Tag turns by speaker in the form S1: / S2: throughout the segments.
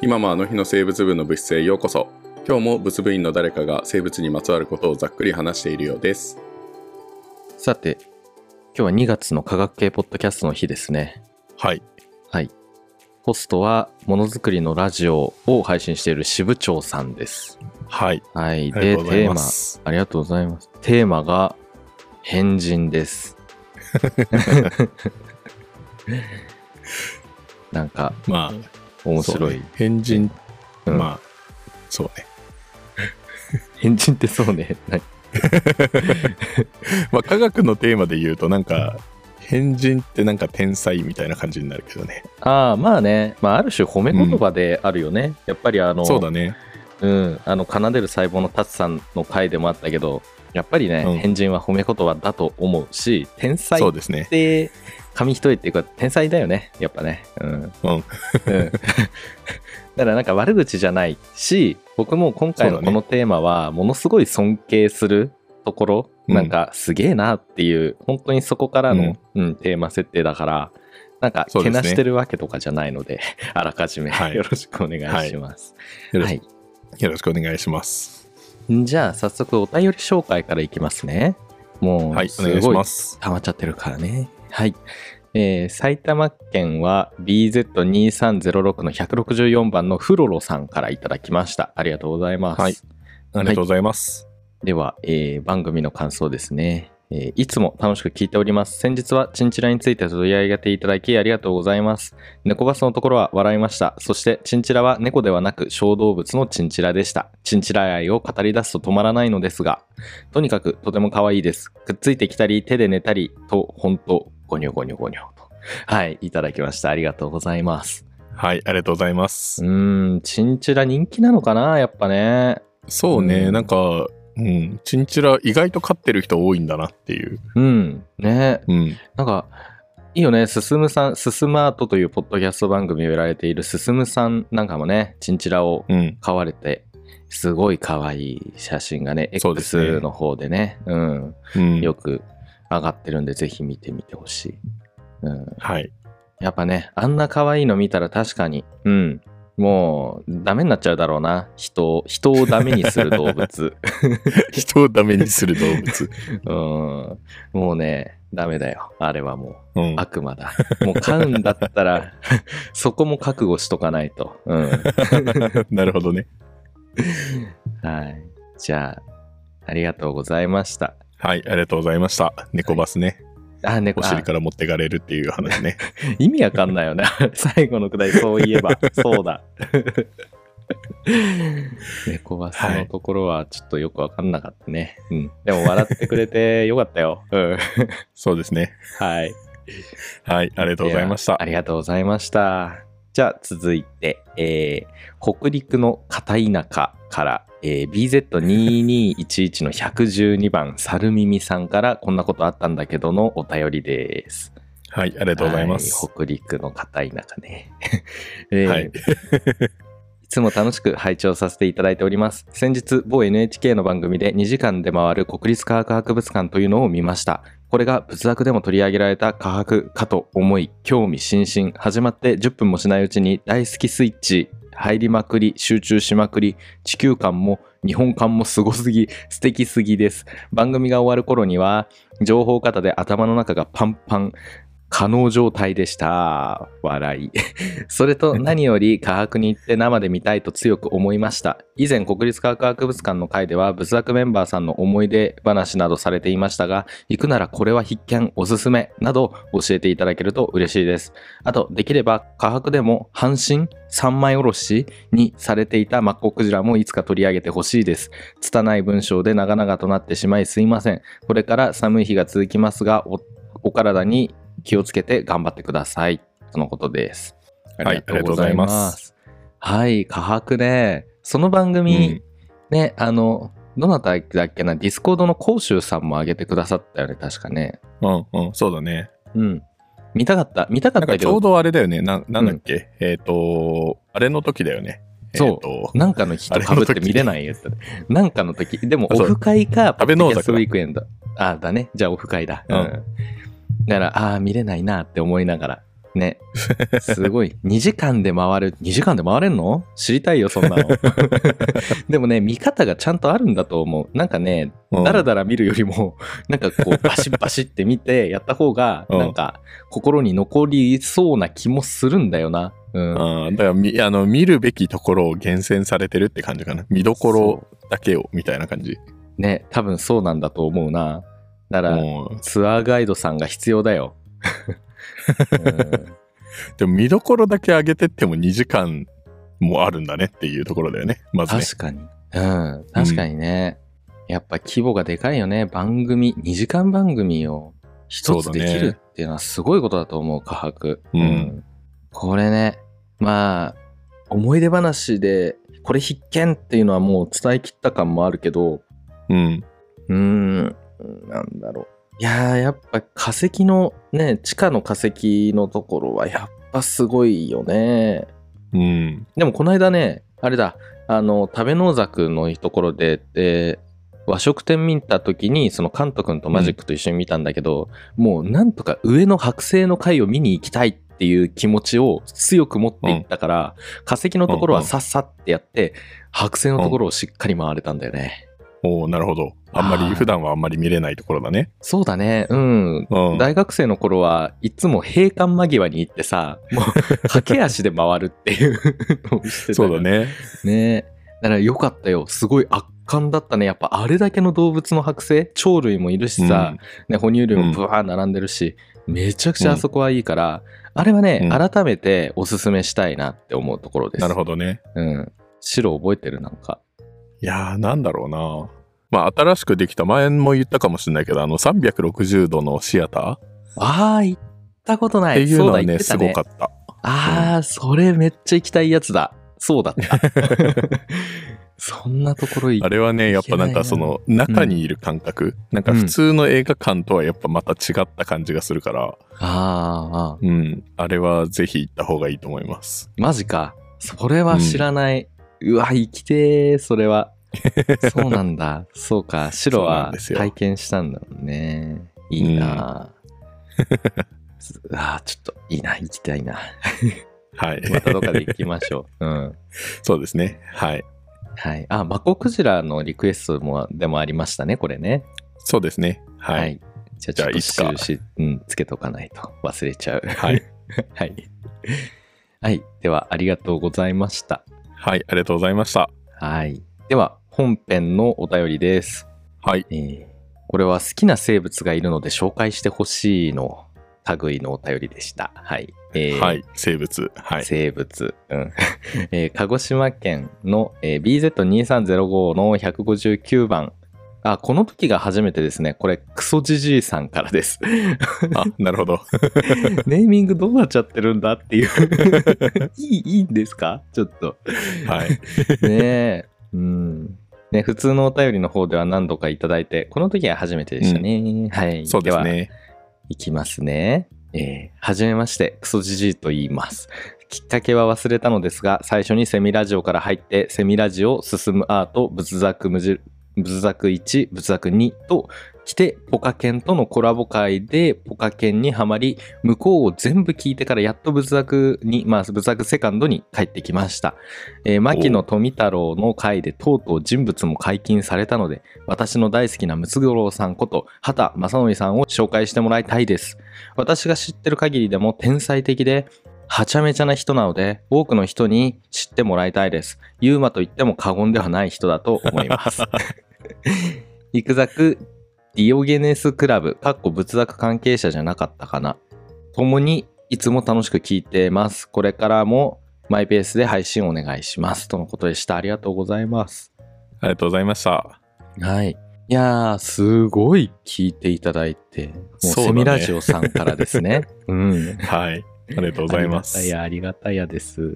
S1: 今もあの日の生物部の物質へようこそ今日も物部員の誰かが生物にまつわることをざっくり話しているようです
S2: さて、今日は2月の科学系ポッドキャストの日ですね。
S3: はい。
S2: はい。ホストは、ものづくりのラジオを配信している支部長さんです。
S3: はい。
S2: はい。
S3: あり
S2: で、
S3: がとうござい
S2: テー
S3: ま
S2: マ、
S3: す。
S2: ありがとうございます。テーマが、変 人です。なんか、
S3: ま
S2: 面
S3: あ、そう
S2: 白い。
S3: ね変人、
S2: うん
S3: まあ、そうね。
S2: 変人ってそうね。何
S3: まあ、科学のテーマで言うと、なんか、変人ってなんか天才みたいな感じになるけどね。
S2: ああ、まあね。まあ、ある種褒め言葉であるよね。やっぱり、あの、
S3: そうだね。
S2: うん、あの奏でる細胞の達さんの回でもあったけどやっぱりね、
S3: うん
S2: 変人は褒め言葉だと思うし天才
S3: そう
S2: っ
S3: ですね。
S2: て紙一重っていうか天才だよねやっぱねうん、
S3: うん
S2: だからなんか悪口じゃないし僕も今回の
S3: そう
S2: こ
S3: だね
S2: のテーマはものすごい尊敬するところ、
S3: うん
S2: なんかすげえなっていう本当にそこからの、うんテーマ設定だからなんか
S3: そう
S2: け
S3: ですね
S2: なしてるわけとかじゃないので あらかじめ、
S3: はい
S2: よろしくお願いします、
S3: よろ
S2: はい
S3: よろしくお願いします。
S2: じゃあ早速お便り紹介からいきますね。も
S3: は
S2: う
S3: い、
S2: す
S3: お願いし
S2: ごい
S3: ます。
S2: 溜まっちゃってるからね。はい。えー埼玉県は BZ2306 の164番のフロロさんからいただきました。ありがとうございます。
S3: はいありがとうございます。
S2: では、えー番組の感想ですね、えーいつも楽しく聞いております。先日はチンチラについて取り上げていただきありがとうございます。猫バスのところは笑いました。そして、チンチラは猫ではなく小動物のチンチラでした。チンチラ愛を語り出すと止まらないのですが、とにかくとても可愛いです。くっついてきたり、手で寝たりと、ほんと、ゴニョゴニョゴニョと。はい、いただきました。ありがとうございます。
S3: はい、ありがとうございま
S2: う
S3: す。
S2: ーん、チンチラ人気なのかなやっぱね。
S3: そう
S2: う
S3: ね、
S2: ん
S3: なんか、うん、チンチラ意外と飼ってる人多いんだなっていう。
S2: うん、ね
S3: うん。
S2: なんか、いいよね、すすむさん、すすまーとというポッドキャスト番組をやられているすすむさんなんかもね、チンチラを
S3: うん。
S2: 飼われて、すごい可愛い写真がね、
S3: そうですね
S2: X の方でね、うん、
S3: うん。
S2: よく上がってるんで、ぜひ見てみてほしい。うん、
S3: はい。
S2: やっぱね、あんな可愛いの見たら確かに、うん、もうダメになっちゃうだろうな、人を、人をダメにする動 物。
S3: 人をダメにする動物。
S2: うん、もうね、ダメだよ、あれはもう。
S3: うん。
S2: 悪魔だ。もう買うんだったら、そこも覚悟しとかないと。うん。
S3: なるほどね。
S2: はい。じゃあ、ありがとうございました。
S3: はい、ありがとうございました。猫バスね。
S2: あ、猫、
S3: お尻
S2: あ
S3: から持ってかれるっていう話ね。
S2: 意味わかんないよね。 最後のくだり、そういえば、そうだ。 猫バスのところはちょっとよくわかんなかったね。うん。でも笑ってくれてよかったよ。うん。
S3: そうですね。
S2: はい。
S3: はい、ありがとうございました
S2: あ。りがとうございました。じゃあ続いて、えー北陸の片田舎から、えー BZ2211 の112番、猿耳さんからこんなことあったんだけどのお便りです。あ
S3: はい、ありが
S2: り
S3: とうございます。
S2: 北陸の片田舎ね。えー
S3: はい。
S2: いつも楽しく拝聴させていただいております。先日、某 NHK の番組で2時間で回る国立科学博物館というのを見ました。これが仏学でも取り上げられた科学かと思い、興味津々、始まって10分もしないうちに大好きスイッチ、入りまくり、集中しまくり、地球感も日本感もすごすぎ、素敵すぎです。番組が終わる頃には、情報型で頭の中がパンパン、可能状態でした。笑い。それと何より科学に行って生で見たいと強く思いました。以前国立科学博物館の会では仏学メンバーさんの思い出話などされていましたが、行くならこれは必見、おすすめなど教えていただけると嬉しいです。あと、できれば科学でも半身三枚おろしにされていたマッコウクジラもいつか取り上げてほしいです。拙い文章で長々となってしまいすいません。これから寒い日が続きますが、おお体に気をつけて頑張ってください。とのことです。。
S3: はいありがとうございます
S2: はい、科博ね。その番組、ね、あの、どなただっけな、ディスコードの甲州さんも上げてくださったよね、確かね。
S3: うんうん、そうだね。
S2: うん。見たかった、見たか
S3: なん
S2: っ
S3: か
S2: たけ
S3: ちょ
S2: ど
S3: う、どあれだよね。ななんだっけ、えっ、と、あれの時だよね。
S2: そう
S3: えーと
S2: なんかの日とかぶって見れないやつだね。なんかの時、でも
S3: あ
S2: オ
S3: そう
S2: フ会か、
S3: 安倍農
S2: ポッドキャス
S3: 作
S2: トウ
S3: だ
S2: ィークエンド。あ、だね。じゃあオフ会だ。う
S3: うん
S2: ん。だから、ああ、見れないなって思いながら、ね。す ごい。2時間で回る。2時間で回れんの知りたいよ、 そんなの。でもね、見方がちゃんとあるんだと思う。なんかね、
S3: うん
S2: だらだら見るよりも、なん かこう、バシッバシッって見てやった方が、
S3: うん
S2: なんか、心に残りそうな気もするんだよな。うん。
S3: あーだからみあの見るべきところを厳選されてるって感じかな見どころだけをみたいな感じ
S2: ね、多分そうなんだと思うな。だから、
S3: も
S2: ツアーガイドさんが必要だ よ。うん
S3: うでも見どころだけ上げてっても2時間もあるんだねっていうところだよねまずね
S2: 確かに。うん、確かにね。やっぱ規模がでかいよね。番組、2時間番組を一つ
S3: そう
S2: で
S3: だね
S2: きるっていうのはすごいことだと思う、科博。
S3: うん
S2: これね、まあ、思い出話で、これ必見っていうのはもう伝えきった感もあるけど、
S3: うん
S2: うーん、なんだろう。いやー、やっぱ化石のね、地下の化石のところはやっぱすごいよね。
S3: うん
S2: でもこの間ね、あれだ、あの、食べ農作のところで、えー和食店見た時に、そのカント君とマジックと一緒に見たんだけど、もうなんとか上の剥製の回を見に行きたいっていう気持ちを強く持っていったから、化石のところはさっさってやって、剥製のところをしっかり回れたんだよね。
S3: おおなるほどあんま
S2: あー
S3: り普段はあんまり見れないところだね
S2: そうだね、うん。
S3: うん
S2: 大学生の頃はいつも閉館間際に行ってさ、もう駆け足で回るっていうのをしてた
S3: そうだ
S2: ね。
S3: ね
S2: ねえだから良かったよ。すごい圧巻だったね。やっぱあれだけの動物の剥製、鳥類もいるしさ、ね、哺乳類もブワー並んでるし、めちゃくちゃあそこはいいから、あれはね、
S3: う
S2: 改めておすすめしたいなって思うところ
S3: う
S2: で
S3: ん
S2: す。
S3: なるほどね
S2: ど。うん。白覚えてるなんか。
S3: いやーなんだろうなまあ新しくできた前も言ったかもしれないけどあの360度のシアターっ
S2: ああ、行ったことない。
S3: ていうの
S2: そうだ
S3: は
S2: 言
S3: ね
S2: ってた
S3: す
S2: ね
S3: ごかった
S2: ああ、それめっちゃ行きたいやつだ。そう だった。そんなところ行
S3: あれはねやっぱなんかその中にいる感覚、なんか普通の映画館とはやっぱまた違った感じがするから、
S2: あーあー、
S3: うん、あれはぜひ行った方がいいと思います。
S2: マジか。それは知らない。うわ、行きてー、そ れは。そうなんだ。そうか。白
S3: そうな
S2: は
S3: んですよ
S2: 体験したんだもんね。いい なー。うわーちょっといいな。行きたい な。
S3: はい、
S2: またどっかで行きましょう。うん。
S3: そうですね。はい、
S2: はい。あ、マコクジラのリクエストも、でもありましたね、これね。
S3: そうですね。はい、
S2: はい。じゃあちょっと
S3: じゃあいつか
S2: 印、うん、つけとかないと忘れちゃう。
S3: はい、
S2: はい。はい。では、ありがとうございました。
S3: はい、ありがとうございました。
S2: はい。では、本編のお便りです。
S3: はい、
S2: えーこれは好きな生物がいるので紹介してほしいの類のお便りでした。はい。えー
S3: はい、生物、はい、
S2: 生物、うん えー鹿児島県の、えー BZ2305 の159番あこの時が初めてですねこれクソジジイさんからです
S3: あ、なるほ ど。
S2: ネーミングどうなっちゃってるんだっていう いいいいんですかちょっと
S3: はい、
S2: ねえうんね普通のお便りの方では何度かいただいてこの時は初めてでしたね、はい
S3: そうです
S2: は
S3: ね。
S2: いきますね。えーはじめまして、クソジジイと言います。きっかけは忘れたのですが、最初にセミラジオから入って、セミラジオ進むアート、仏作無印、仏作1、仏作2と来て、ポカケンとのコラボ会でポカケンにはまり、向こうを全部聞いてからやっと仏作に、まあ仏作セカンドに帰ってきました。えー牧野富太郎の会でとうとう人物も解禁されたので、私の大好きなムツゴロウさんこと畑正則さんを紹介してもらいたいです私が知ってる限りでも天才的ではちゃめちゃな人なので多くの人に知ってもらいたいですユーマと言っても過言ではない人だと思いますイクザクディオゲネスクラブかっこ仏作関係者じゃなかったかな共にいつも楽しく聞いてますこれからもマイペースで配信お願いしますとのことでしたありがとうございます
S3: ありがとうございました。
S2: はい。いやー、すごい聞いていただいて、もう
S3: そうだね
S2: セミラジオさんからですね。うん。
S3: はい、ありがとうございま
S2: ありがた
S3: す。
S2: や、ありがたや です。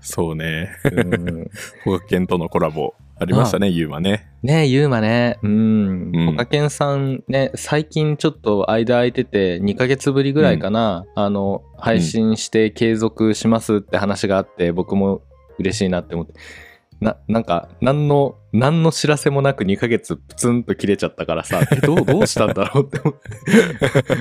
S3: そうね、
S2: うん、
S3: 保学研とのコラボありましたね、ユーマね。
S2: ねえ、ゆうまね。うん
S3: う。ん
S2: ポカケンさんね、最近ちょっと間空いてて、2ヶ月ぶりぐらいかな、あの、配信して継続しますって話があって、僕も嬉しいなって思って。な、なんか、何の、何の知らせもなく2ヶ月プツンと切れちゃったからさ、え、どう、どうしたんだろうって思 う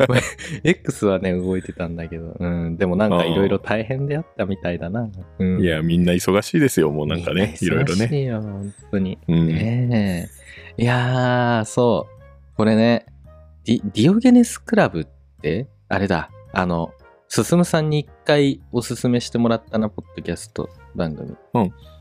S2: まあ X はね、動いてたんだけど、うん、でもなんかいろいろ大変であったみたいだな。うん。
S3: い、や、みんな忙しいですよ、もうなんかね、いろいろね。
S2: いよ、本当に。
S3: うん。
S2: ねえ。いやー、そう。これね、ディディオゲネスクラブって、あれだ、あの、すすむさんに一回おすすめしてもらったな、ポッドキャスト番組。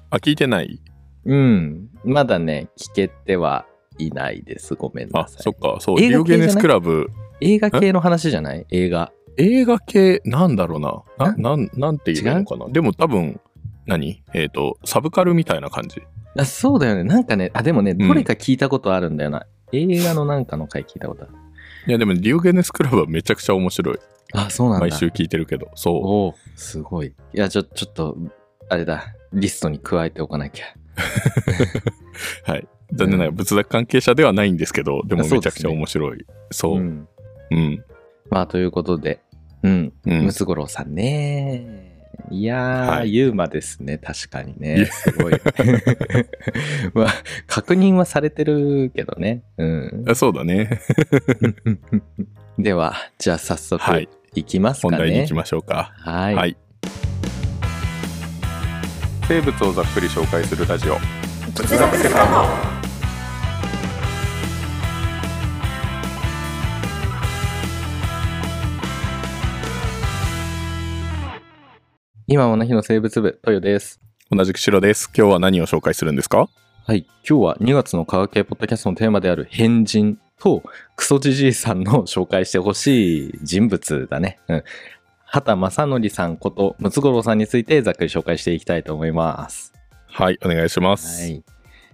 S3: あ、聞いてない
S2: うん。まだね、聞けてはいないです。ごめん
S3: あ
S2: な、さ
S3: そ
S2: い
S3: っ。か、そう、デ
S2: 映
S3: ィ
S2: 画
S3: オ
S2: 系じ
S3: ゲ
S2: ゃない
S3: ネスクラブ、
S2: 映画系の話じゃない映画。
S3: 映画系、なんだろうな。な、なん、なんて言えばいいのかな。でも多分、何えっ、と、サブカルみたいな感じ。
S2: あそうだよね。なんかね、あ、でもね、
S3: ん
S2: どれか聞いたことあるんだよな。映画のなんかの回聞いたことある。
S3: いや、でも、ディオゲネスクラブはめちゃくちゃ面白い。
S2: あ、そうなんだ。
S3: 毎週聞いてるけど。そ
S2: おおすごい。いや、ちょ、ちょっと、あれだ。リストに加えておかなきゃ。
S3: う。はい。残念ながら、仏壇関係者ではないんですけど、でも
S2: あそ
S3: め
S2: う
S3: ち
S2: で
S3: ゃ
S2: す
S3: く
S2: ね
S3: ちゃ面白い。そう。
S2: ん。
S3: うん。
S2: まあ、ということで、うん、
S3: うん
S2: ム。ツゴロウさんね。いやー、
S3: はい
S2: ユーマですね、確かに
S3: いや
S2: ね。す ごい。まあ、確認はされてるけどね。うん。
S3: あそうだね。
S2: では、じゃあ早
S3: は
S2: 速
S3: い。
S2: いきますか
S3: 本
S2: ね。
S3: 題に行きましょうか。
S2: はい。
S3: はい生物をざっくり紹介するラジオ
S2: 今もな日の生物部、トヨです。
S3: 同じく白です今日は何を紹介するんですか
S2: はい。今日は2月の科学系ポッドキャストのテーマである変人とクソジジイさんの紹介してほしい人物だね。うん。畑正則さんことムツゴロウさんについてざっくり紹介していきたいと思います。
S3: はいお願いします、
S2: はい。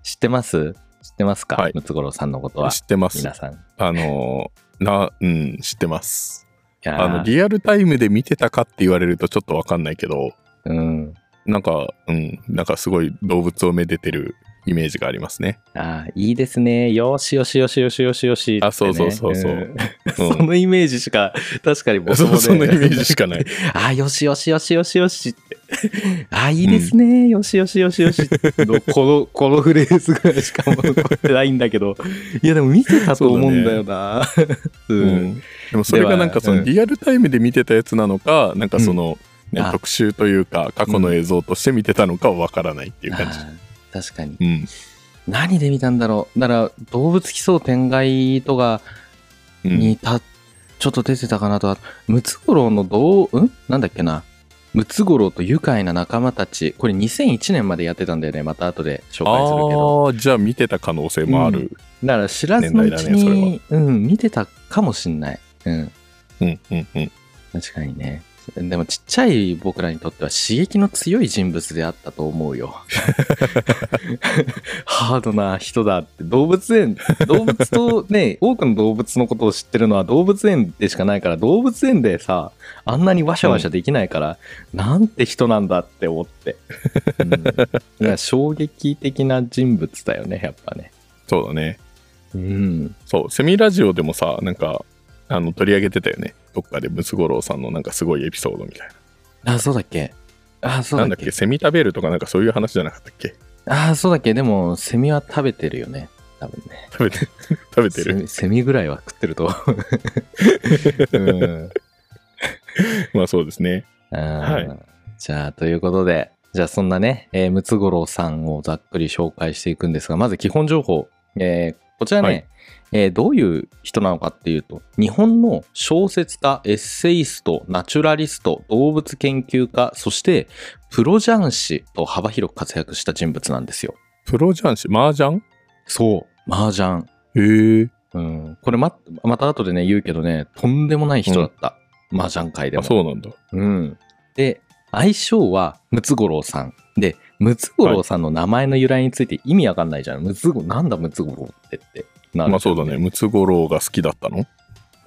S2: 知ってます知ってますか、
S3: はい
S2: ムツゴロウさんのことは。
S3: 知ってます
S2: 皆さん。
S3: あのーなうん知ってます
S2: いやー
S3: あのリアルタイムで見てたかって言われるとちょっとわかんないけど
S2: うん。
S3: なんかうんなんかすごい動物をめでてるイメージがあります ね
S2: ああ、いいですね。よしよしよしよしよしよしってね、
S3: あそうそうそうそうんうん
S2: そのイメージしか、確かに僕も、
S3: そう
S2: ね、
S3: そのイメージしかない
S2: あーよしよしよしよしよしって。あーいいですね、よしよしよしよし のこの、このフレーズぐらいしかもう残ってないんだけど。いや、でも見てたと思うんだよな。
S3: う
S2: う。
S3: んんでもそれがなんかその
S2: ではうん
S3: リアルタイムで見てたやつなのかなんかその、ね
S2: あ
S3: 特集というか過去の映像として見てたのかはわからないっていう
S2: あ
S3: 感じ
S2: ー確かに。
S3: うん
S2: 何で見たんだろう。だから、動物奇想天外とか
S3: うん
S2: にた、ちょっと出てたかなと。あとムツゴロウのどう、んなんだっけな。ムツゴロウと愉快な仲間たち。これ2001年までやってたんだよね。また後で紹介するけど。
S3: ああーじゃあ見てた可能性もある、
S2: だから知らずのう
S3: 年
S2: ち
S3: 代だ
S2: に、
S3: ね
S2: うん、見てたかもしんない。うん、
S3: うん、うんうん
S2: 確かにね。でもちっちゃい僕らにとっては刺激の強い人物であったと思う よ。ハードな人だって。動物園、動物とね、 多くの動物のことを知ってるのは動物園でしかないから、動物園でさ、あんなにワシャワシャできないから、なんて人なんだって思って。うん、だ から衝撃的な人物だよね、やっぱね。
S3: そうだね
S2: うん。
S3: そうセミラジオでもさなんかあの取り上げてたよねどっかでムツゴロウさんのなんかすごいエピソードみたい
S2: あ、そうだっけあ、そ
S3: な
S2: う
S3: なん
S2: だっ
S3: だっ
S2: け
S3: けセミ食べるとかなんかそういう話じゃなかったっけ
S2: ああ、そうだっけでも、セミは食べてるよね。多分ね。
S3: 食べて 食べて
S2: セ
S3: る
S2: ミセミぐらいは食って ると思う。うん
S3: まあそうですね
S2: あー
S3: は
S2: じゃあ、ということで、じゃあそんなね、えームツゴロウさんをざっくり紹介していくんですが、まず基本情報。えーこちらね、
S3: はい
S2: えーどういう人なのかっていうと、日本の小説家、エッセイスト、ナチュラリスト、動物研究家、そしてプロ雀士と幅広く活躍した人物なんですよ。
S3: プロ雀士麻雀
S2: そう。麻雀。
S3: へえ
S2: うん、これままた後でね言うけどねとんでもない人だった、麻雀界で
S3: あ
S2: も
S3: そうなんだ
S2: うん、で相性はムツゴロウさんでムツゴロウさんの名前の由来について意味わかんないじゃん、ムツゴなんだムツゴロウってってなる
S3: まあそうだねムツゴロウが好きだったの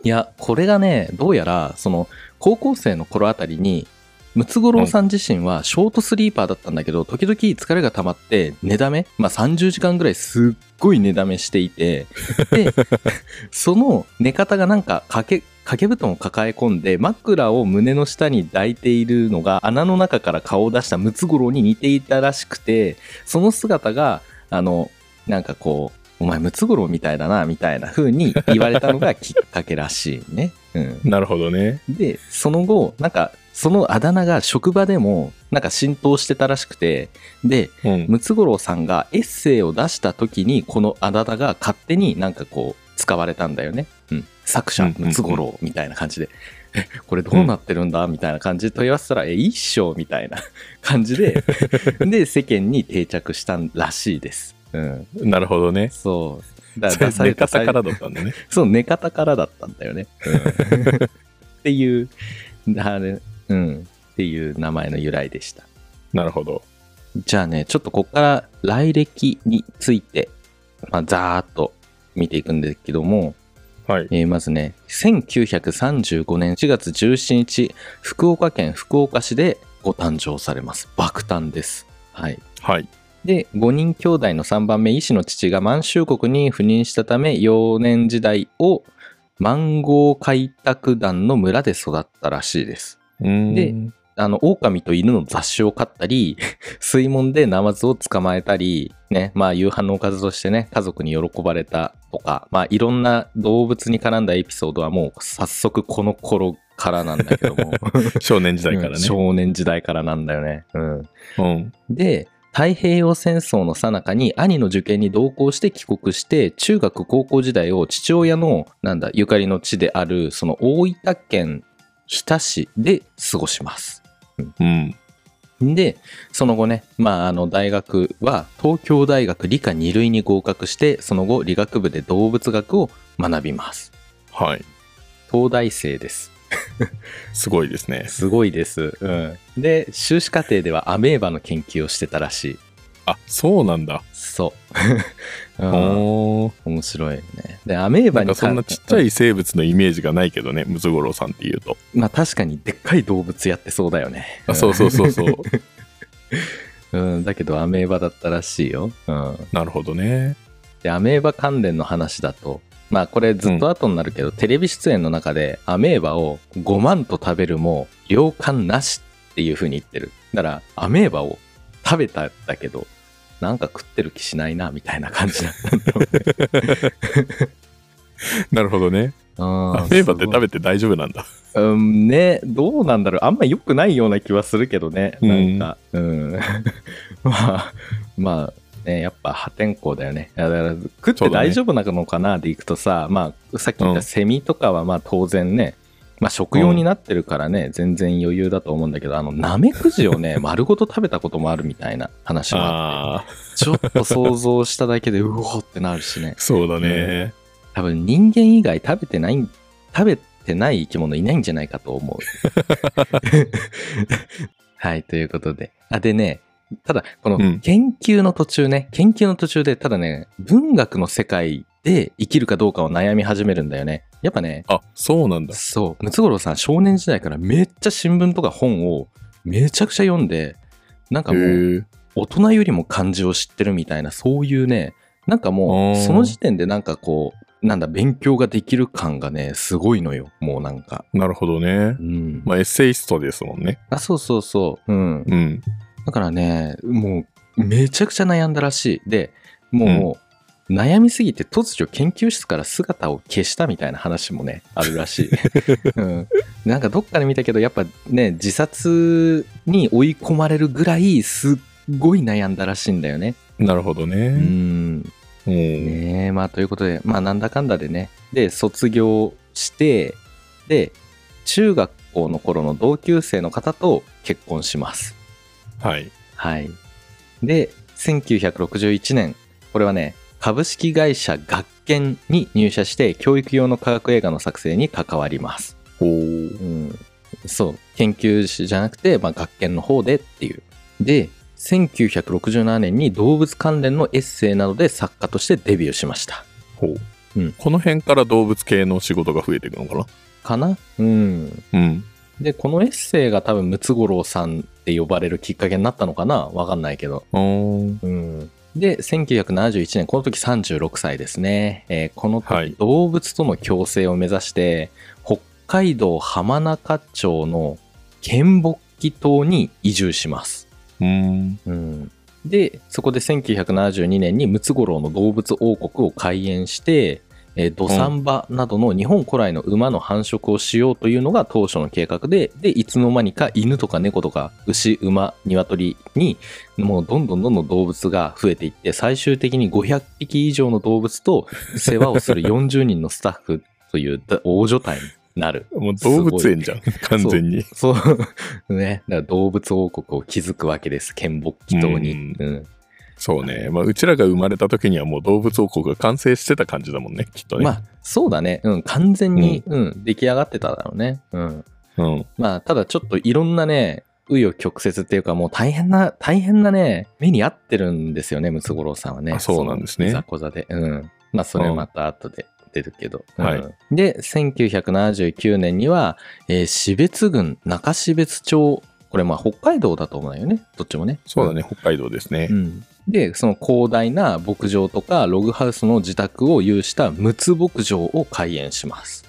S2: いやこれがねどうやらその高校生の頃あたりにムツゴロウさん自身はショートスリーパーだったんだけど、時々疲れが溜まって寝だめ、まあ、30時間ぐらいすっごい寝だめしていてでその寝方がなんかかけ掛け布団を抱え込んで枕を胸の下に抱いているのが穴の中から顔を出したムツゴロウに似ていたらしくてその姿があのなんかこうお前ムツゴロウみたいだなみたいな風に言われたのがきっかけらしいね。うん、
S3: なるほどね。
S2: でその後なんかそのあだ名が職場でもなんか浸透してたらしくてで
S3: うん。
S2: ムツゴロウさんがエッセイを出した時にこのあだ名が勝手になんかこう使われたんだよね、うん、作
S3: うん
S2: 者
S3: うんうん
S2: ムツゴロウみたいな感じで「えこれどうなってるんだ?」みたいな感じで問い合わせたら「え一生」みたいな感 じでで世間に定着したらしいです、うん、
S3: なるほどね。
S2: そうだから出
S3: そ
S2: さ
S3: れ
S2: れ
S3: 出
S2: た
S3: 方からだったんだね。
S2: そう、寝方からだったんだよね。っていう、あれ、うん、っていう名前の由来でした。
S3: なるほど。
S2: じゃあね、ちょっとここから来歴について、まあ、ざーっと見ていくんですけども、
S3: はい。
S2: えーまずね、1935年4月17日、福岡県福岡市でご誕生されます。爆誕です。はい。
S3: はい。
S2: で5人兄弟の3番目医師の父が満州国に赴任したため幼年時代をマンゴー開拓団の村で育ったらしいです。
S3: うーん。
S2: あの狼と犬の雑種を飼ったり 水門でナマズを捕まえたり、ねまあ、夕飯のおかずとしてね家族に喜ばれたとか、まあ、いろんな動物に絡んだエピソードはもう早速この頃からなんだけども
S3: 少 年時代か
S2: う
S3: ら
S2: ん
S3: ね。
S2: 少年時代からなんだよね。うん
S3: うん。
S2: で太平洋戦争の最中に兄の受験に同行して帰国して中学高校時代を父親のなんだゆかりの地であるその大分県日田市で過ごします。
S3: うん。
S2: でその後ね、まあ、あの大学は東京大学理科2類に合格してその後理学部で動物学を学びます。
S3: はい。
S2: 東大生です。
S3: すごいですね。
S2: すごいです。うん、で修士課程ではアメーバの研究をしてたらしい。
S3: あ、そうなんだ。
S2: そう。 う
S3: お
S2: ん
S3: おー。
S2: 面白いよね。で、アメー
S3: な
S2: バ
S3: んか
S2: に
S3: そんなちっちゃい生物のイメージがないけどね、ムツゴロウさんっていうと。
S2: まあ確かにでっかい動物やってそうだよね。
S3: あ、そうそうそうそう。
S2: うん、だけどアメーバだったらしいよ。うん。
S3: なるほどね。
S2: で、アメーバ関連の話だと、まあこれずっと後になるけど、テレビ出演の中でアメーバを5万と食べるも、量感なしっていう風に言ってる。だから、アメーバを食べたんだけど、なんか食ってる気しないな、みたいな感じだったんだろ
S3: なるほどね。
S2: う
S3: アメーバって食
S2: べ
S3: べて大丈夫なんだ。
S2: うん、ね、どうなんだろう。あんま良くないような気はするけどね。なんか、うん。 まあ、まあ、ね、やっぱ破天荒だよね。いやだから食
S3: そ
S2: って
S3: うだね
S2: 大丈夫なのかなでいくとさ、まあ、さっき言っ
S3: う
S2: た
S3: ん
S2: セミとかはまあ当然ね、まあ食用になってるからね、全然余裕だと思うんだけど、あの、ナメクジを ね、丸ごと食べたこともあるみたいな話もあっ
S3: ああー、
S2: て、ちょっと想像しただけで、うおーってなるしね。
S3: そうだね。
S2: 多分人間以外食べてないん食べてない生き物いないんじゃないか と思う。はい、ということで。あ、でね、ただ、この
S3: うん
S2: 研究の途中ね、研究の途中で、ただね、文学の世界で生きるかどうかを悩み始めるんだよね。やっぱね、
S3: あ、そうなんだ。
S2: そう、ムツゴロウさん少年時代からめっちゃ新聞とか本をめちゃくちゃ読んで、なんか
S3: へ
S2: もう
S3: え。
S2: 大人よりも漢字を知ってるみたいなそういうねなんかもう
S3: あー
S2: その時点でなんかこうなんだ勉強ができる感がねすごいのよもうなんか
S3: なるほどね
S2: う。ん、
S3: まあ、エッセイストですもんね。
S2: あそうそうそううん
S3: うん。
S2: だからねもうめちゃくちゃ悩んだらしいでもう、悩みすぎて突如研究室から姿を消したみたいな話もねあるら しい、うん、なんかどっかで見たけどやっぱね自殺に追い込まれるぐらいすっごい悩んだらしいんだよね
S3: なるほど
S2: う
S3: ね。
S2: ん
S3: うん。
S2: ねえまあということでまあなんだかんだでねで卒業してで中学校の頃の同級生の方と結婚します
S3: はい。
S2: はいで1961年これはね株式会社学研に入社して教育用の科学映画の作成に関わります
S3: おー
S2: うん、そう研究室じゃなくて、まあ、学研の方でっていうで1967年に動物関連のエッセイなどで作家としてデビューしました
S3: ほう。
S2: うん
S3: この辺から動物系の仕事が増えていくのか
S2: かなうん
S3: なうん。
S2: でこのエッセイが多分ムツゴロウさんって呼ばれるきっかけになったのかなわかんないけど
S3: おー
S2: うんで1971年この時36歳ですね、えーこの
S3: はい
S2: 時動物との共生を目指して北海道浜中町の嶮暮帰島に移住します。
S3: うん。
S2: うん、でそこで1972年にムツゴロウの動物王国を開園して、えー、ドサンバなどの日本古来の馬の繁殖をしようというのが当初の計画ででいつの間にか犬とか猫とか牛馬鶏にもうどんどんどんどん動物が増えていって最終的に500匹以上の動物と世話をする40人のスタッフというだ大所帯になる。
S3: もう動物園じ ゃん。完全に。
S2: そう。ね。だから動物王国を築くわけです。剣木祈祷に。
S3: うん
S2: うん
S3: そうね。まあ、うちらが生まれた時にはもう動物王国が完成してた感じだもんね、きっとね。
S2: まあ、そうだね。うん。完全に、うん、出来上がってただろうね。うん。
S3: うん。
S2: まあ、ただちょっといろんなね、紆余曲折っていうか、もう大変な、大変なね、目に合ってるんですよね、ムツゴロウさんはね。
S3: あそうなんですね
S2: いざこざで。うん。まあ、それはまた後で出るけど。うん
S3: はい
S2: で、1979年には、えー標津郡中標津町、これまあ北海道だと思うんだよね。どっちもね。
S3: そうだね、北海道ですね。
S2: でその広大な牧場とかログハウスの自宅を有したムツ牧場を開園します。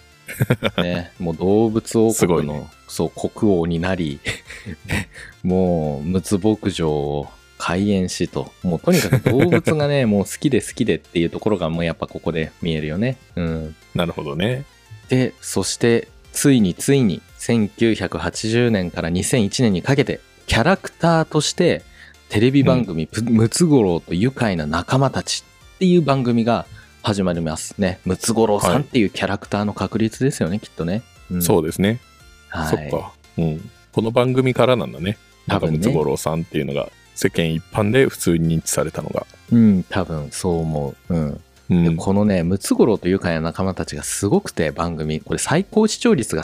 S2: ね、もう動物王
S3: すご
S2: 国
S3: い
S2: の、
S3: ね
S2: そう国王になり ねもうムツ牧場を開園しともうとにかく動物がね もう好きで好きでっていうところがもうやっぱここで見えるよね。うん、
S3: なるほどね。
S2: でそしてついについに1980年から2001年にかけてキャラクターとしてテレビ番組「ぷムツゴロウと愉快な仲間たち」っていう番組が始まりますねムツゴロウさんっていうキャラクターの確立ですよね、きっとね、、
S3: そううですね。
S2: はい、
S3: そっか。うん。この番組からなんだね。
S2: 多
S3: 多分
S2: 分
S3: ムツ
S2: ね
S3: ゴロウさんっていうのが世間一般で普通に認知されたのが。
S2: うん多分そう思ううん
S3: うん。
S2: でこのね、ムツゴロウというかや仲間たちがすごくて番組、これ最高視聴率が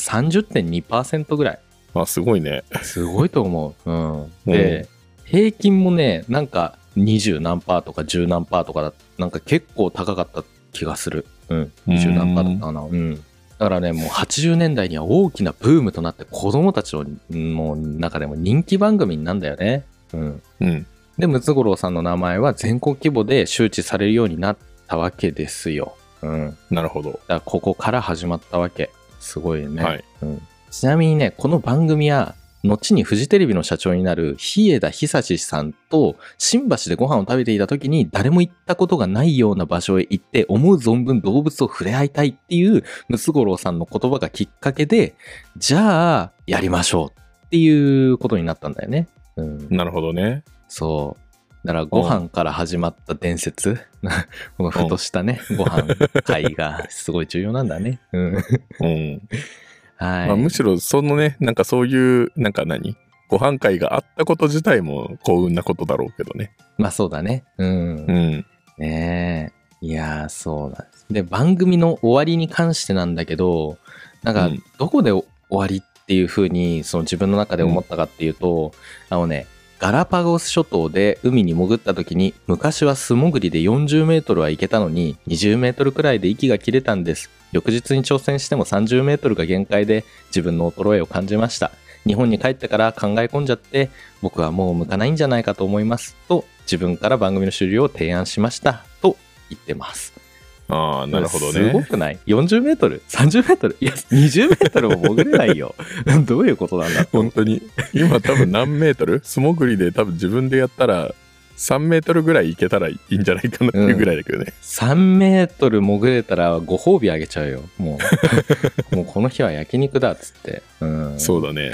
S2: 30.2%ぐらい。
S3: あ、すごいね。
S2: すごいと思う。うん、で、平均もね、なんか20何パーとか10何パーとかだ、なんか結構高かった気がする。うん、20何パーだったかな。うんだからね、もう80年代には大きなブームとなって子供たちのもう中でも人気番組になんだよね。うん、
S3: うん。
S2: で、ムツゴロウさんの名前は全国規模で周知されるようになったわけですよ。うん、だか
S3: なるほど。
S2: らここから始まったわけ。すごいよね。
S3: はい。
S2: うんちなみにね、この番組は、後にフジテレビの社長になる日枝久志さんと新橋でご飯を食べていた時に誰も行ったことがないような場所へ行って思う存分動物と触れ合いたいっていうムツゴロウさんの言葉がきっかけでじゃあやりましょうっていうことになったんだよね。うん、
S3: なるほどね。
S2: そう。だからご飯から始まった伝説、このふとしたね、ご飯会がすごい重要なんだね。うん、
S3: うん。
S2: はい、
S3: まあ、むしろそのねなんかそういうなんか何ご飯会があったこと自体も幸運なことだろうけどね
S2: まあそうだね。うん
S3: う。ん
S2: ねえ。いやー、そうなんです。で、番組の終わりに関してなんだけど、なんか
S3: うん、
S2: どこで終わりっていう風に、その自分の中で思ったかっていうと、あのね、ガラパゴス諸島で海に潜った時に、昔は素潜りで40メートルは行けたのに、20メートルくらいで息が切れたんです。翌日に挑戦しても30メートルが限界で、自分の衰えを感じました。日本に帰ってから考え込んじゃって、僕はもう向かないんじゃないかと思いますと自分から番組の終了を提案しましたと言ってます
S3: ああなるほど
S2: すご
S3: ね
S2: くない ?40m?30m? いや 20m も潜れな いよどういうことなんだ
S3: 本当に今多分何メートル 素潜りで多分自分でやったら3メートルぐらいいけたらいいんじゃないかなっていうぐらいだけどね、
S2: 3m 潜れたらご褒美あげちゃうよも うもうこの日は焼肉だっつってうん
S3: そうだね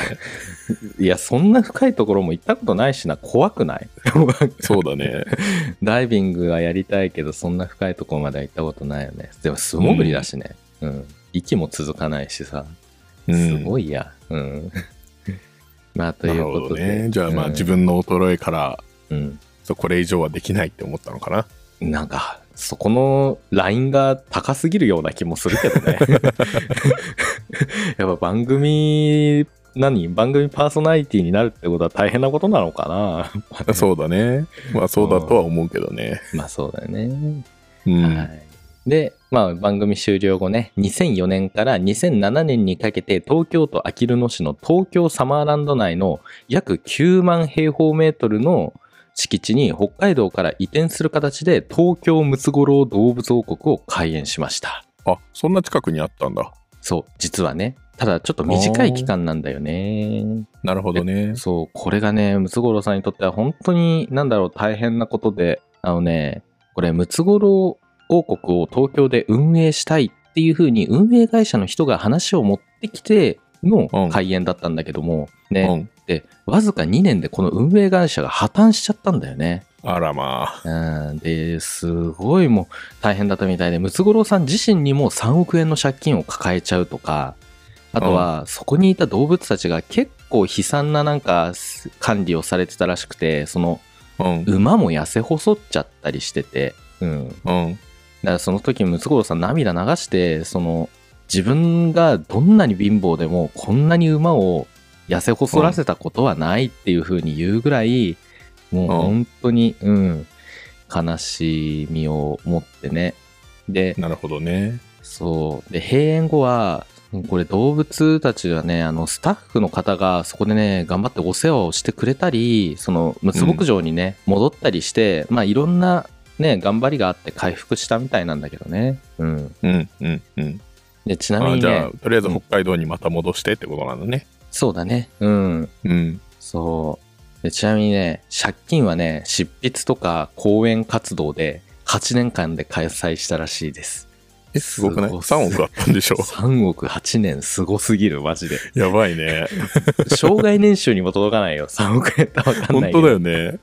S2: いやそんな深いところも行ったことないしな怖 くない
S3: そうだ ね
S2: ダイビングはやりたいけどそんな深いところまでは行ったことないよねでも素潜りだしね、うん息も続かないしさ
S3: うん
S2: すごいや。うん。 まあ、と
S3: ないる
S2: う
S3: ほ
S2: こと
S3: ど
S2: で。
S3: ねじゃあま
S2: う
S3: あ
S2: ん
S3: 自。分の衰えから
S2: うん。
S3: そうこれ以上はできないって思ったのかな
S2: なんか、そこのラインが高すぎるような気もするけどね。 やっぱ番組、何番組パーソナリティになるってことは大変なことなのか な
S3: そうだねまあそうだとは思うけどね
S2: まあそうだよね。
S3: うん、
S2: はいで、まあ、番組終了後ね2004年から2007年にかけて東京都あきる野市の東京サマーランド内の約9万平方メートルの敷地に北海道から移転する形で東京ムツゴロウ動物王国を開園しました
S3: あそんな近くにあったんだ
S2: そう実はねただちょっと短い期間なんだよね。
S3: なるほどね。
S2: そう、これがね、ムツゴロウさんにとっては本当に、なんだろう、大変なことで、あのね、これ、ムツゴロウ王国を東京で運営したいっていうふうに、運営会社の人が話を持ってきての
S3: うん
S2: 開園だったんだけども、
S3: う
S2: ね、
S3: ん。
S2: で、わずか2年でこの運営会社が破綻しちゃったんだよね。
S3: あらま
S2: うん、で、すごいもう大変だったみたいで、ムツゴロウさん自身にも3億円の借金を抱えちゃうとか、あとはそこにいた動物たちが結構悲惨ななんかす管理をされてたらしくて、その
S3: あ。うん。
S2: 馬も痩せ細っちゃったりしてて、うん。だか
S3: うん。
S2: らその時ムツゴロウさん涙流して、その自分がどんなに貧乏でもこんなに馬を痩せ細らせたことはないっていう風に言うぐらい、もう本当に、うん、悲しみを持ってね。で、
S3: なるほどね。
S2: そう。で、閉園後は、もうこれ動物たちはね、あの、スタッフの方がそこでね、頑張ってお世話をしてくれたり、その、ムツ牧場にね、戻ったりして、まあ、いろんなね、頑張りがあって回復したみたいなんだけどね。うん。
S3: うんうんうん。
S2: で、ちなみ
S3: あ
S2: に
S3: じゃ
S2: ね
S3: あ、、とりあえず北海道にまた戻してってことなのね。
S2: そうだね。うん。
S3: うん。
S2: そう。でちなみにね、借金はね、執筆とか講演活動で8年間で開催したらしいです。
S3: え、すごくない
S2: すごい
S3: ?3 億あったん でしょ
S2: 3億8年すごすぎる、マジで。
S3: やばいね。
S2: 障害年収にも届かないよ、3億 円ってわかんな
S3: 本
S2: い
S3: 当だ
S2: よ。
S3: よね。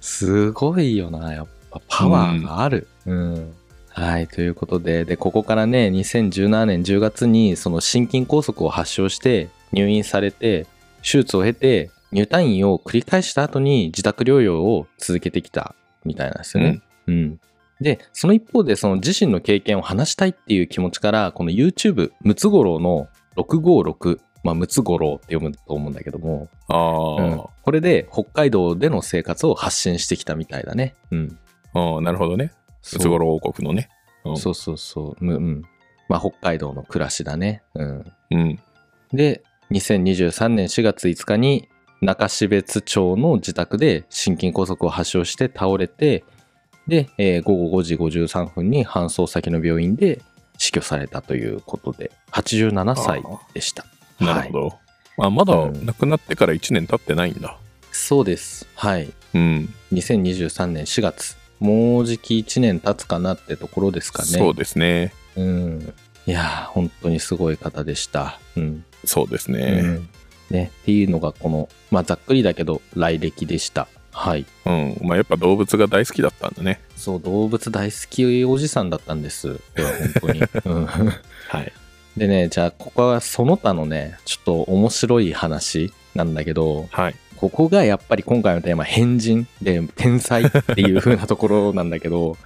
S2: すごいよな、やっぱパワーがある。うん。はい、ということで、で、ここからね、2017年10月に、その心筋梗塞を発症して、入院されて、手術を経て、入退院を繰り返した後に自宅療養を続けてきたみたいなんですよね。うん。で、その一方で、その自身の経験を話したいっていう気持ちから、この YouTube、ムツゴロウの656、まあ、ムツゴロウって読むと思うんだけども、
S3: あ
S2: うん
S3: ー
S2: これで北海道での生活を発信してきたみたいだね。うん。
S3: あー。なるほどね。ムツゴロウ王国のね。うん
S2: そうそうそう。うんうん。まあ、北海道の暮らしだね。うん。
S3: うん。
S2: で、2023年4月5日に中標津町の自宅で心筋梗塞を発症して倒れて、で、えー午後5時53分に搬送先の病院で死去されたということで、87歳でした。
S3: なるほ
S2: はい
S3: ど。あまだ
S2: うん
S3: 亡くなってから1年経ってないんだ。
S2: そうです。はい。
S3: うん。
S2: 2023年4月もうじき1年経つかなってところですかね
S3: そうですね。
S2: うん、いやー本当にすごい方でした、うん
S3: そうです
S2: う
S3: ね。
S2: んね、っていうのがこの、まあ、ざっくりだけど来歴でしたはい
S3: うん。まあやっぱ動物が大好きだったんだね。
S2: そう動物大好きおじさんだったんですこれは 本当に、うん、
S3: はい。
S2: でねじゃあここはその他のねちょっと面白い話なんだけど
S3: はい。
S2: ここがやっぱり今回のテーマ変人で天才っていう風なところなんだ けど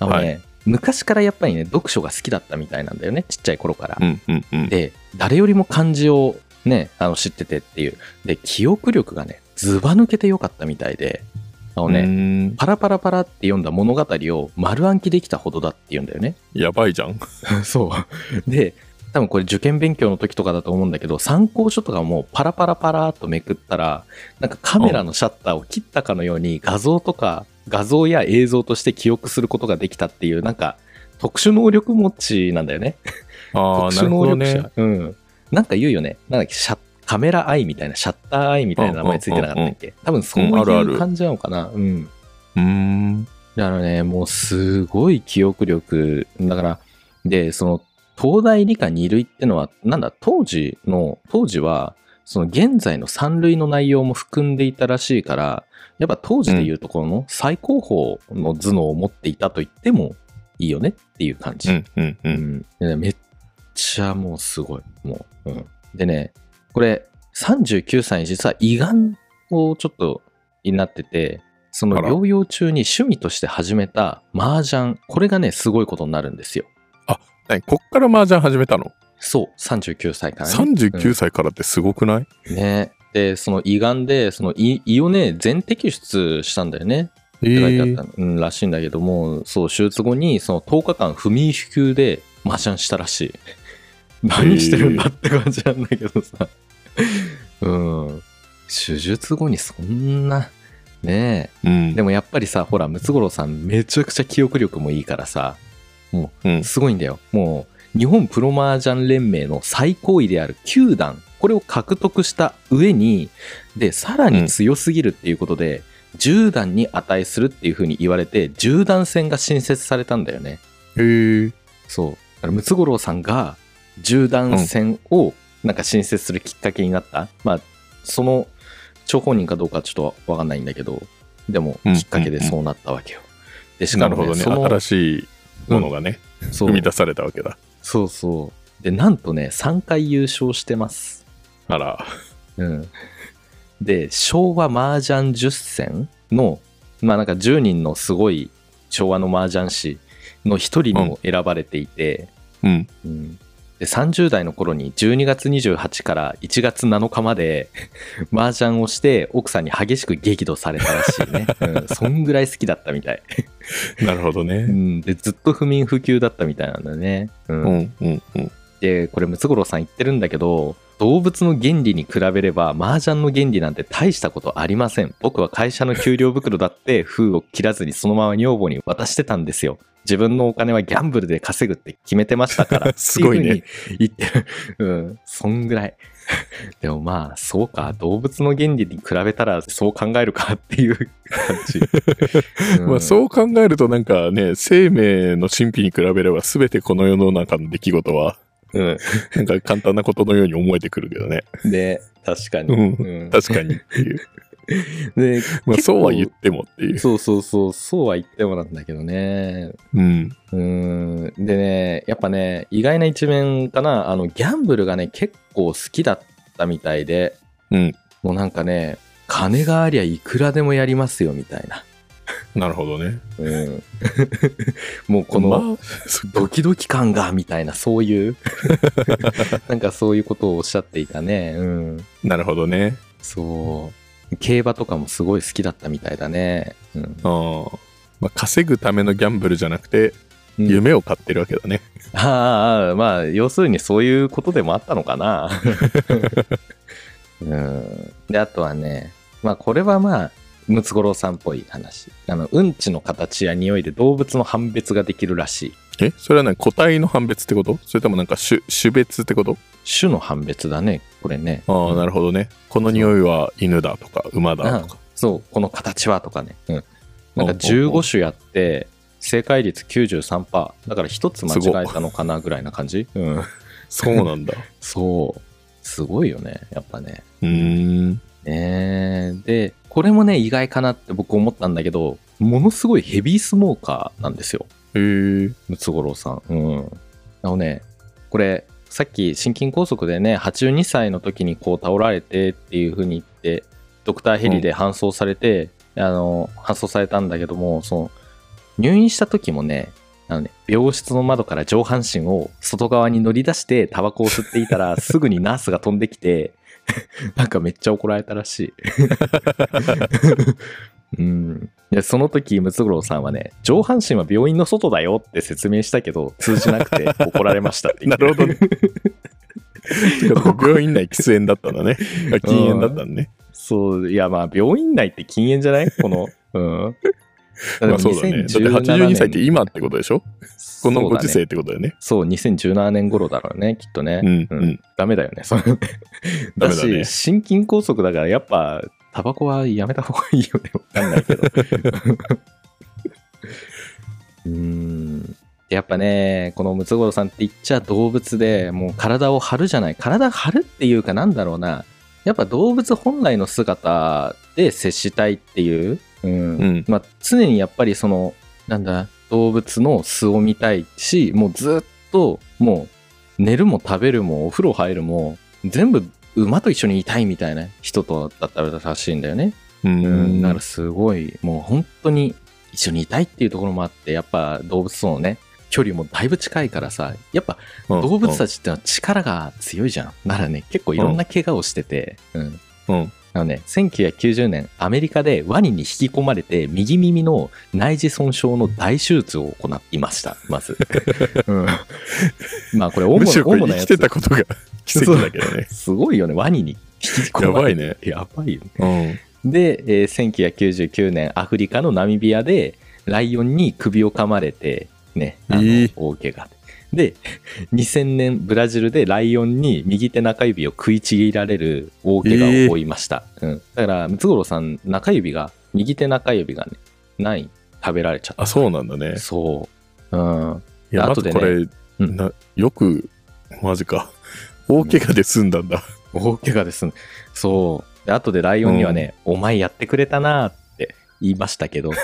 S2: あのね、
S3: は
S2: 昔からやっぱりね読書が好きだったみたいなんだよねちっちゃい頃から
S3: う。んうんうん。
S2: で誰よりも漢字をねあの知っててっていうで記憶力がねずば抜けてよかったみたいであのね、
S3: ね。
S2: パラパラパラって読んだ物語を丸暗記できたほどだっていうんだよね。
S3: やばいじゃん。
S2: そう。で、多分これ受験勉強の時とかだと思うんだけど、参考書とかもパラパラパラっとめくったら、なんかカメラのシャッターを切ったかのように画像とか、画像や映像として記憶することができたっていう、なんか特殊能力持ちなんだよね。
S3: ああ、
S2: 特
S3: な
S2: 殊
S3: るほど
S2: 能力者。
S3: ね。
S2: うん。なんか言うよね。なんだっけ、シャッカメラアイみたいな、シャッターアイみたいな名前ついてなかったっけ多分そう
S3: うんあるあ
S2: い
S3: る
S2: う感じなのかな。うん。
S3: うーん。
S2: だからね、もうすごい記憶力。だから、で、その、東大理科2類ってのは、なんだ、当時の、当時は、その現在の3類の内容も含んでいたらしいから、やっぱ当時でいうところの最高峰の頭脳を持っていたと言ってもいいよねっていう感じ。
S3: うんうんう。
S2: うんんでめっちゃもうすごい。もう、うん。でね、これ、39歳に実は胃がんをちょっとになってて、その
S3: あら
S2: 療養中に趣味として始めた麻雀、これがね、すごいことになるんですよ。
S3: 何こっから麻雀始めたの
S2: そう、39歳からね。
S3: ?39 歳からってすごくない
S2: ね。で、その胃がんで、その胃胃をね、全摘出したんだよね。
S3: え
S2: って書いてあった
S3: ー
S2: の、うん、らしいんだけども、そう、手術後に、その10日間不眠不休で麻雀したらしい。 何してるんだって感じなんだけどさ。 うん。手術後にそんな、ね
S3: うん
S2: え。でもやっぱりさ、ほら、ムツゴロウさんめちゃくちゃ記憶力もいいからさ、
S3: うん
S2: すごいんだよ。もう、日本プロマージャン連盟の最高位である9段、これを獲得した上に、で、さらに強すぎるっていうことで、10段に値するっていうふうに言われて、10段戦が新設されたんだよね。
S3: へえ。
S2: そう。だからムツゴロウさんが銃弾戦をなんか新設するきっかけになった。まあ、その張本人かどうかはちょっとわかんないんだけど、でも
S3: うん
S2: きっかけでそうなったわけよ。で、し
S3: な
S2: か
S3: る
S2: も、
S3: ほ
S2: ね、
S3: どね。
S2: その
S3: 新しいものがね、
S2: そ
S3: 生
S2: う
S3: み出されたわけだ。
S2: そうそう。で、なんとね、3回優勝してます。
S3: あら。
S2: うん。で、昭和麻雀10選の、まあなんか10人のすごい昭和の麻雀師の一人にも選ばれていて、
S3: うん。
S2: うん、で30代の頃に12月28から1月7日まで麻雀をして奥さんに激しく激怒されたらしいね、うん、そんぐらい好きだったみたい、
S3: なるほど
S2: う
S3: ね。
S2: ん、でずっと不眠不休だったみたいなんだね、うん
S3: うんうんうん。
S2: でこれムツゴロウさん言ってるんだけど動物の原理に比べれば麻雀の原理なんて大したことありません僕は会社の給料袋だって封を切らずにそのまま女房に渡してたんですよ自分のお金はギャンブルで稼ぐって決めてましたから
S3: すごいね
S2: ってうふうに言ってるうんそんぐらい でもまあそうか動物の原理に比べたらそう考えるかっていう感じ、
S3: まあ
S2: う
S3: そう考えるとなんかね、生命の神秘に比べれば全てこの世の中の出来事は、
S2: ん、う
S3: なんか簡単なことのように思えてくるけどね。
S2: ん、で確かに、
S3: うん
S2: うん
S3: 確かにって いう。
S2: で
S3: まあ
S2: 結構
S3: そうは言ってもっていう。
S2: そうそうそう、そうは言ってもなんだけどね。
S3: うん。
S2: うーん。でね、やっぱね、意外な一面かな、あの、ギャンブルがね、結構好きだったみたいで、
S3: うん。
S2: もうなんかね、金がありゃいくらでもやりますよ、みたいな。
S3: なるほどね。
S2: うん。 もうこの、
S3: まあ、 そっか
S2: ドキドキ感が、みたいな、そういう、 なんかそういうことをおっしゃっていたね。うん。
S3: なるほどね。
S2: そう。競馬とかもすごい好きだったみたいだね。うん。
S3: うん。まあ、稼ぐためのギャンブルじゃなくて、
S2: うん
S3: 夢を買ってるわけだね。
S2: ああ、まあ、要するにそういうことでもあったのかな。うん、で、あとはね、まあ、これはまあ、ムツゴロウさんっぽい話。あの、うんちの形や匂いで動物の判別ができるらしい。
S3: えそれは何個体の判別ってことそれともなんか種種別ってこと
S2: 種の判別だね、これね。
S3: ああ、なるほどね。この匂いは犬だとか馬だとか。
S2: そう、この形はとかね。うん。なんか
S3: おうおう
S2: 15種やって、正解率93%。だから一つ間違えたのかなぐらいな感じ。うん。
S3: そうなんだ。
S2: そう。すごいよね、やっぱね。
S3: うーん。
S2: ねえでこれもね意外かなって僕思ったんだけどものすごいヘビースモーカーなんですよ
S3: へえ
S2: ムツゴロウさんうんあのねこれさっき心筋梗塞でね82歳の時にこう倒られてっていう風に言ってドクターヘリで搬送されて、あの搬送されたんだけどもその入院した時もねあのね病室の窓から上半身を外側に乗り出してタバコを吸っていたらすぐにナースが飛んできて なんかめっちゃ怒られたらしい、うん、でその時ムツゴロウさんはね上半身は病院の外だよって説明したけど通じなくて怒られましたって言
S3: な
S2: って
S3: るほどね。 て か病院内喫煙だったんだね。あ禁煙だったんだね。
S2: そう、いや、まあ、病院内って禁煙じゃないこ の、うん。
S3: まあそうだね。だって82歳って今ってことでしょこのご時世
S2: そう,、
S3: ってことだよね。
S2: そう、2017年頃だろうね、きっとね。
S3: うんうん
S2: ダメだよね、それ。だ
S3: ダメだ
S2: し、
S3: ね
S2: 心筋梗塞だから、やっぱ、タバコはやめた方がいいよね、わかんないけど。うーん。やっぱね、このムツゴロウさんって言っちゃ動物でもう体を張るじゃない。体が張るっていうかなんだろうな。やっぱ動物本来の姿で接したいっていう、うん
S3: うん
S2: まあ、常にやっぱりそのなんだ動物の巣を見たいしもうずっともう寝るも食べるもお風呂入るも全部馬と一緒にいたいみたいな人とだったらしいんだよね。
S3: う
S2: うん、
S3: ん。
S2: だからすごいもう本当に一緒にいたいっていうところもあってやっぱ動物とのね距離もだいぶ近いからさやっぱ
S3: うん
S2: 動物たちってのは力が強いじゃん。ならね、結構いろんな怪我をしてて、うん。
S3: うん
S2: あのね、1990年、アメリカでワニに引き込まれて、右耳の内耳損傷の大手術を行いました、まず。うん、まあ、これ主
S3: むし
S2: な、
S3: ろこれ
S2: 主な
S3: 生き
S2: や
S3: て
S2: つ。
S3: たことが 奇跡だけどね。
S2: すごいよね、ワニに引き込
S3: や
S2: ま
S3: ば
S2: れ
S3: い
S2: て。
S3: ね。
S2: やばい。やばいよね。
S3: うん。
S2: で、えー1999年、アフリカのナミビアで、ライオンに首を噛まれて、ね、あの
S3: えー
S2: 大怪我。で、2000年ブラジルでライオンに右手中指を食いちぎられる大怪我を負いました。うん、だから、ムツゴロウさん、中指が、右手中指がね、ない、食べられちゃった。
S3: あそうなんだね
S2: そう。うん。
S3: いや、
S2: あ
S3: あ
S2: と
S3: と
S2: で
S3: これ、
S2: うん
S3: なよく、マジか。大怪我で済んだんだ。
S2: 大怪我ですね。そう。で、後でライオンにはね、お前やってくれたなーって言いましたけど、
S3: ま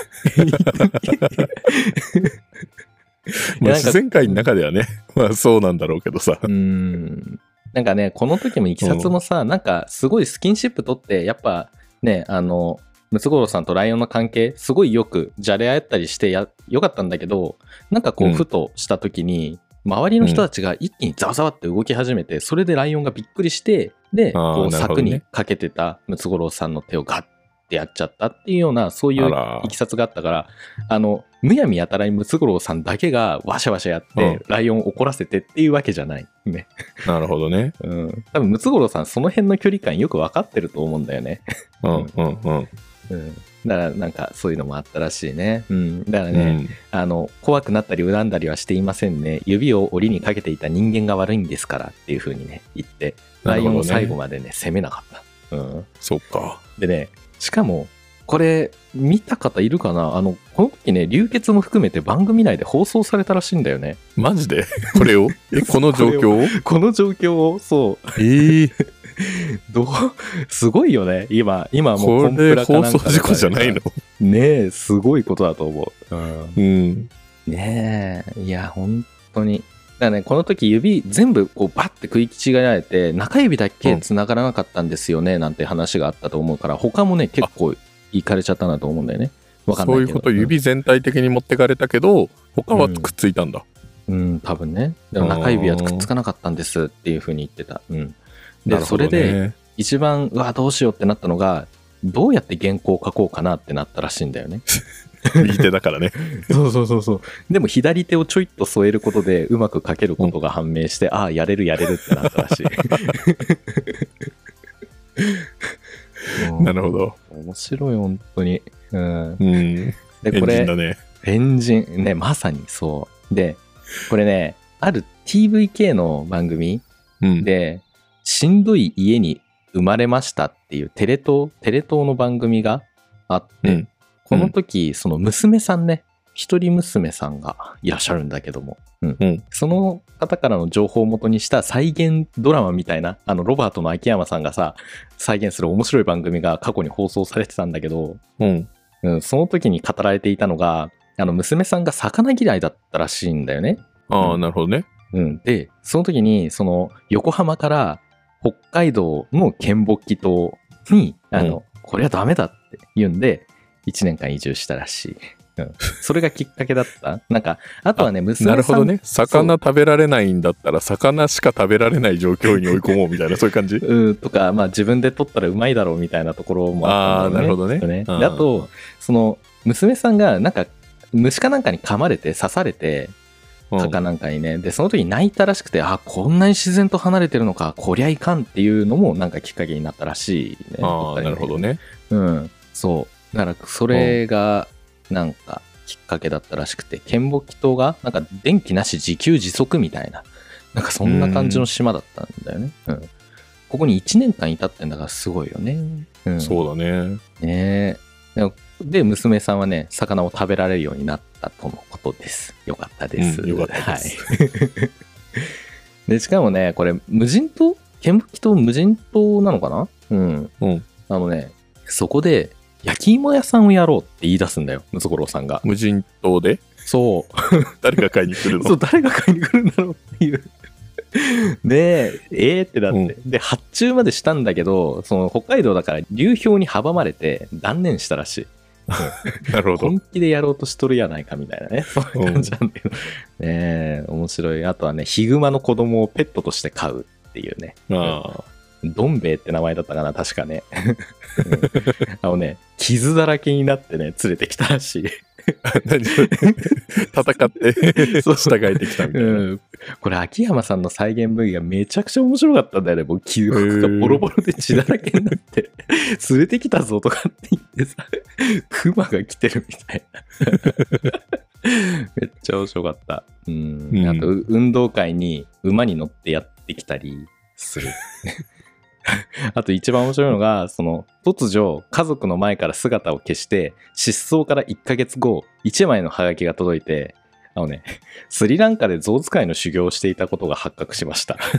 S3: あ
S2: なんか
S3: 自然界の中ではね、 まあそうなんだろうけどさ
S2: う。ん。なんかね、この時もいきさつもさ、なんかすごいスキンシップ取って、やっぱね、あの、ムツゴロウさんとライオンの関係、すごいよくじゃれ合ったりしてやよかったんだけど、なんかこ
S3: う
S2: う、
S3: ん
S2: ふとした時に、周りの人たちが一気にざわざわって動き始めて、それでライオンがびっくりして、で、
S3: あー
S2: こう、
S3: なるほ
S2: 柵
S3: どね
S2: にかけてたムツゴロウさんの手をガッてやっちゃったっていうような、そういう
S3: あら
S2: いきさつがあったから、あの、むやみやたらにムツゴロウさんだけがわしゃわしゃやって、
S3: うん
S2: ライオンを怒らせてっていうわけじゃない。ね。
S3: なるほどね。
S2: うん。多分ムツゴロウさん、その辺の距離感よく分かってると思うんだよね。
S3: うんうんうん。
S2: うん。だから、なんか、そういうのもあったらしいね。うん。だから
S3: う
S2: ね、
S3: ん、
S2: あの、怖くなったり恨んだりはしていませんね。指を檻にかけていた人間が悪いんですからっていう風にね、言って、ラ
S3: なる
S2: イ
S3: ほどね
S2: オンを最後までね、攻めなかった。うん。
S3: そっか。
S2: でね、しかも、これ、見た方いるかなあの、この時ね、流血も含めて番組内で放送されたらしいんだよね。
S3: マジで これを え、この状況を
S2: この状況を、そう、
S3: ええ
S2: どう、すごいよね。今、今もう
S3: こ
S2: コンプ
S3: れ
S2: ラかな
S3: 放
S2: んか
S3: 送事故じゃないの
S2: ねえ、すごいことだと思う。
S3: うん。
S2: ねえ、いや、本当に。だからね、この時指全部こうバッて食い違えられて、中指だけ繋がらなかったんですよね、なんて話があったと思うから、他もね、結構いかれちゃったなと思うんだよね。わかんな
S3: そ
S2: いうけ
S3: い
S2: ど
S3: うこと、指全体的に持ってかれたけど、他はくっついたんだ。
S2: うん、多分ね。でも中指はくっつかなかったんですっていうふうに言ってた。うん。で、
S3: なる
S2: そ
S3: ほど
S2: れ
S3: ね
S2: で、一番、うわ、どうしようってなったのが、どうやって原稿を書こうかなってなったらしいんだよね。
S3: 右手だから ね。
S2: そうそうそうそう。でも左手をちょいっと添えることで、うまく書けることが判明して、ああ、やれるやれるってなったらしい。
S3: なるほど。
S2: 面白い、本当に。うん。
S3: うん。エン
S2: で、
S3: ジ
S2: こ
S3: ン
S2: れ
S3: だ、ね。
S2: 変人。ね、まさにそう。で、これね、ある TVK の番組
S3: うん。
S2: で、しんどい家に生まれましたっていうテレ東、テレ東の番組があって、
S3: うん
S2: この時、その娘さんね、一人娘さんがいらっしゃるんだけども、うん
S3: うん
S2: その方からの情報をもとにした再現ドラマみたいな、あの、ロバートの秋山さんがさ、再現する面白い番組が過去に放送されてたんだけど、
S3: うん。
S2: うん、その時に語られていたのが、あの、娘さんが魚嫌いだったらしいんだよね。
S3: あ
S2: う
S3: あ、
S2: ん
S3: なるほどね。
S2: うん、でその時にその横浜から北海道の嶮暮帰島にあの、これはダメだって言うんで1年間移住したらしい、 うん、それがきっかけだったなんかあとはね娘さん
S3: なるほどね。魚食べられないんだったら、魚しか食べられない状況に追い込もうみたいな、そういう感じ。
S2: うんとか、まあ、自分で取ったらうまいだろうみたいなところもあったんだよ
S3: あーなるほどね
S2: きっと
S3: うん
S2: であとその娘さんがなんか虫かなんかに噛まれて刺されて
S3: うん
S2: 蚊かなんかにね、でその時泣いたらしくてあこんなに自然と離れてるのかこりゃいかんっていうのもなんかきっかけになったらしいね
S3: ああ、なるほど、ね。
S2: うん、そうだからそれがなんかきっかけだったらしくて剣木島がなんか電気なし自給自足みたいななんかそんな感じの島だったんだよね、うんここに1年間いたってんだからすごいよね、うん、
S3: そうだね。
S2: ねえ。でで、娘さんはね、魚を食べられるようになったとのことです。よかったです。
S3: うんよかったです
S2: はい、で、しかもね、これ、無人島見物島無人島なのかなうん。
S3: うん
S2: あのね、そこで、焼き芋屋さんをやろうって言い出すんだよ、ムツゴロウさんが。
S3: 無人島で
S2: そう。
S3: 誰が買いに来る
S2: そう
S3: の
S2: 誰が買いに来るんだろうっていう。で、えーってなって、で、発注までしたんだけど、その北海道だから流氷に阻まれて断念したらしい。
S3: なるほど
S2: 本。気でやろうとしとるやないかみたい なね、そういう感じなんだけど、ねえ、面白い。あとはね、ヒグマの子供をペットとして飼うっていうね、
S3: あ
S2: どん兵衛って名前だったかな、確かね。うん あのね、傷だらけになってね、連れてきたらしい。
S3: あ。何それ 戦って、
S2: そう
S3: 従えてきたみたいな。
S2: うん、これ秋山さんの再現 V がめちゃくちゃ面白かったんだよねもう記憶がボロボロで血だらけにな って「連れてきたぞ」とかって言ってさクマが来てるみたいな めっちゃ面白かった。うん。
S3: うん
S2: あと、う運動会に馬に乗ってやってきたりする。 あと一番面白いのが、その、突如、家族の前から姿を消して、失踪から1ヶ月後、1枚のハガキが届いて、あのね、スリランカで象使いの修行をしていたことが発覚しました。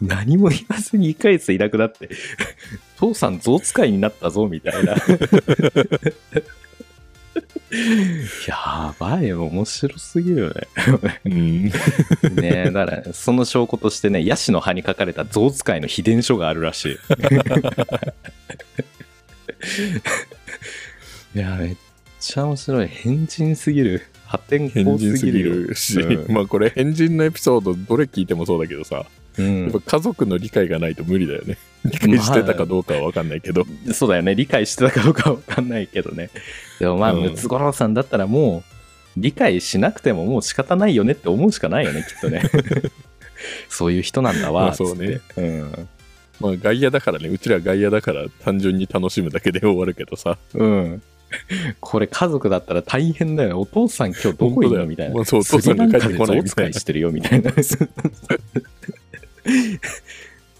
S2: 何も言わずに1ヶ月いなくなって、父さん象使いになったぞ、みたいな。 やばい、面白すぎるよね。
S3: うん、
S2: ねえ、だから、その証拠としてね、ヤシの葉に書かれた象使いの秘伝書があるら しい。いや、めっちゃ面白い。変人すぎる。破天
S3: 変
S2: 荒
S3: 人
S2: す
S3: す
S2: ぎ
S3: ぎ
S2: るよ。
S3: るし、
S2: うん
S3: まあこれ変人のエピソードどれ聞いてもそうだけどさ、
S2: うん
S3: やっぱ家族の理解がないと無理だよね理解してたかどうかは分かんないけど、
S2: そうだよね理解してたかどうかわかんないけどねでもまあ
S3: うん
S2: ムツゴロウさんだったらもう理解しなくてももう仕方ないよねって思うしかないよねきっ とねそういう人なんだ
S3: ま
S2: わ
S3: あそうね
S2: つってうん
S3: まあ外野だからねうちら外野だから単純に楽しむだけで終わるけどさ
S2: うんこれ家族だったら大変だよねお父さん今日どこ
S3: 本当
S2: いる
S3: だ
S2: の
S3: よ
S2: みたいな、
S3: まあそうお父さんが帰ってこないみたいな
S2: 象使してるよみたいな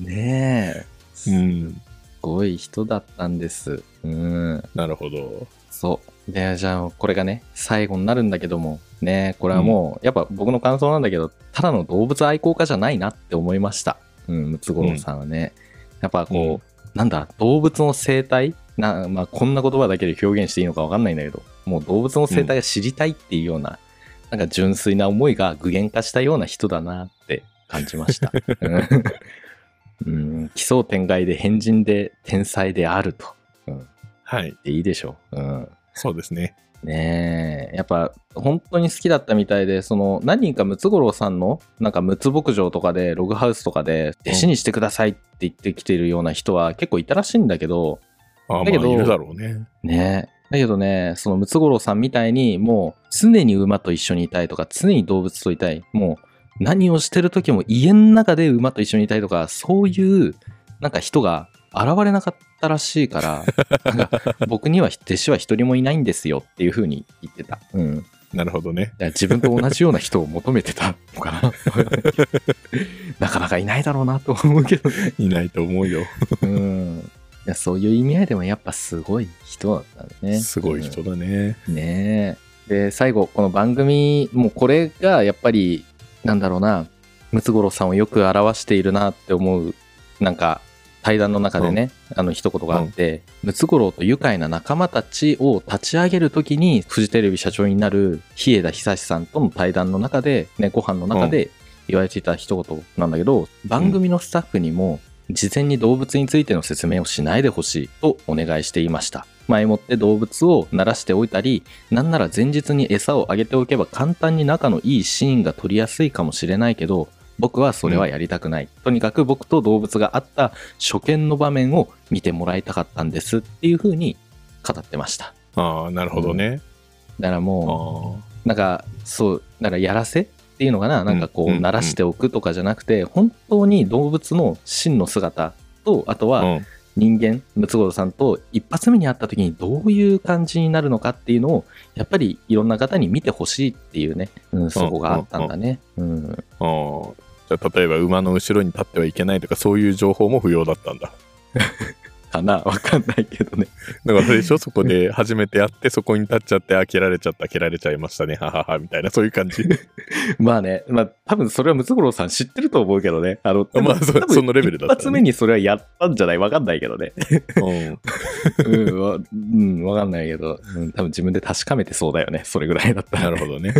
S2: ねえす
S3: うん
S2: ごい人だったんですうん
S3: なるほど
S2: そう。で、じゃあ、これがね、最後になるんだけども、ね、これはもう、やっぱ僕の感想なんだけど、ただの動物愛好家じゃないなって思いました。うん、ムツゴロウさんはね。やっぱこう、なんだ、動物の生態な、まあ、こんな言葉だけで表現していいのかわかんないんだけど、もう動物の生態が知りたいっていうような、なんか純粋な思いが具現化したような人だなって感じま した。うんうん、奇想天外で変人で天才であると。
S3: はい
S2: でいいでしょう。うん。
S3: そうですね
S2: ねえやっぱ本当に好きだったみたいでその何人かムツゴロウさんのなんかムツ牧場とかでログハウスとかで弟子にしてくださいって言ってきてるような人は結構いたらしいんだけど
S3: ああまあ
S2: だ
S3: い
S2: けど
S3: るだろうね
S2: ねえだけどねそのムツゴロウさんみたいにもう常に馬と一緒にいたいとか常に動物といたいもう何をしてる時も家の中で馬と一緒にいたいとかそういうなんか人が現れなかったらしいからなんか僕には弟子は一人もいないんですよっていう風に言ってた。うん
S3: なるほどね
S2: だから自分と同じような人を求めてたのかな なかなかいないだろうなと思うけど、ね、
S3: いないと思うよ
S2: うんいやそういう意味合いでもやっぱすごい人だったんだね
S3: すごい人だね、
S2: ねえ。で、最後、この番組、もうこれがやっぱり、なんだろうな、ムツゴロウさんをよく表しているなって思う、なんか、対談の中でね、あの一言があって、ムツゴロウと愉快な仲間たちを立ち上げるときに、フジテレビ社長になる日枝久志さんとの対談の中で、ね、ご飯の中で言われていた一言なんだけど、番組のスタッフにも、事前に動物についての説明をしないでほしいとお願いしていました前もって動物を慣らしておいたりなんなら前日に餌をあげておけば簡単に仲のいいシーンが撮りやすいかもしれないけど僕はそれはやりたくない、とにかく僕と動物があった初見の場面を見てもらいたかったんですっていう風に語ってました
S3: ああなるほどね、
S2: だから
S3: あ
S2: もう
S3: あ
S2: なんかそうだからやらせっていうのかななんかこう
S3: うんうん
S2: 慣らしておくとかじゃなくて、本当に動物の真の姿とあとは
S3: うん
S2: 人間ムツゴロウさんと一発目に会った時にどういう感じになるのかっていうのをやっぱりいろんな方に見てほしいっていうね、うん、そこがあったんだね。うん
S3: あーじゃあ例えば馬の後ろに立ってはいけないとかそういう情報も不要だったんだ
S2: かな わかんないけどね。
S3: だからあれ でしょそこで初めてやってそこに立っちゃってあ蹴られちゃった蹴られちゃいましたねはははみたいなそういう感じ
S2: まあね、まあ多分それはムツゴロウさん知ってると思うけどね。あの、
S3: まあそ
S2: 多分
S3: そのレベルだったね
S2: 一発目にそれはやったんじゃないわかんないけどね。
S3: うん
S2: うん、わ、うん、わかんないけど、うん、多分自分で確かめてそうだよね。それぐらいだったら
S3: なるほどね
S2: っ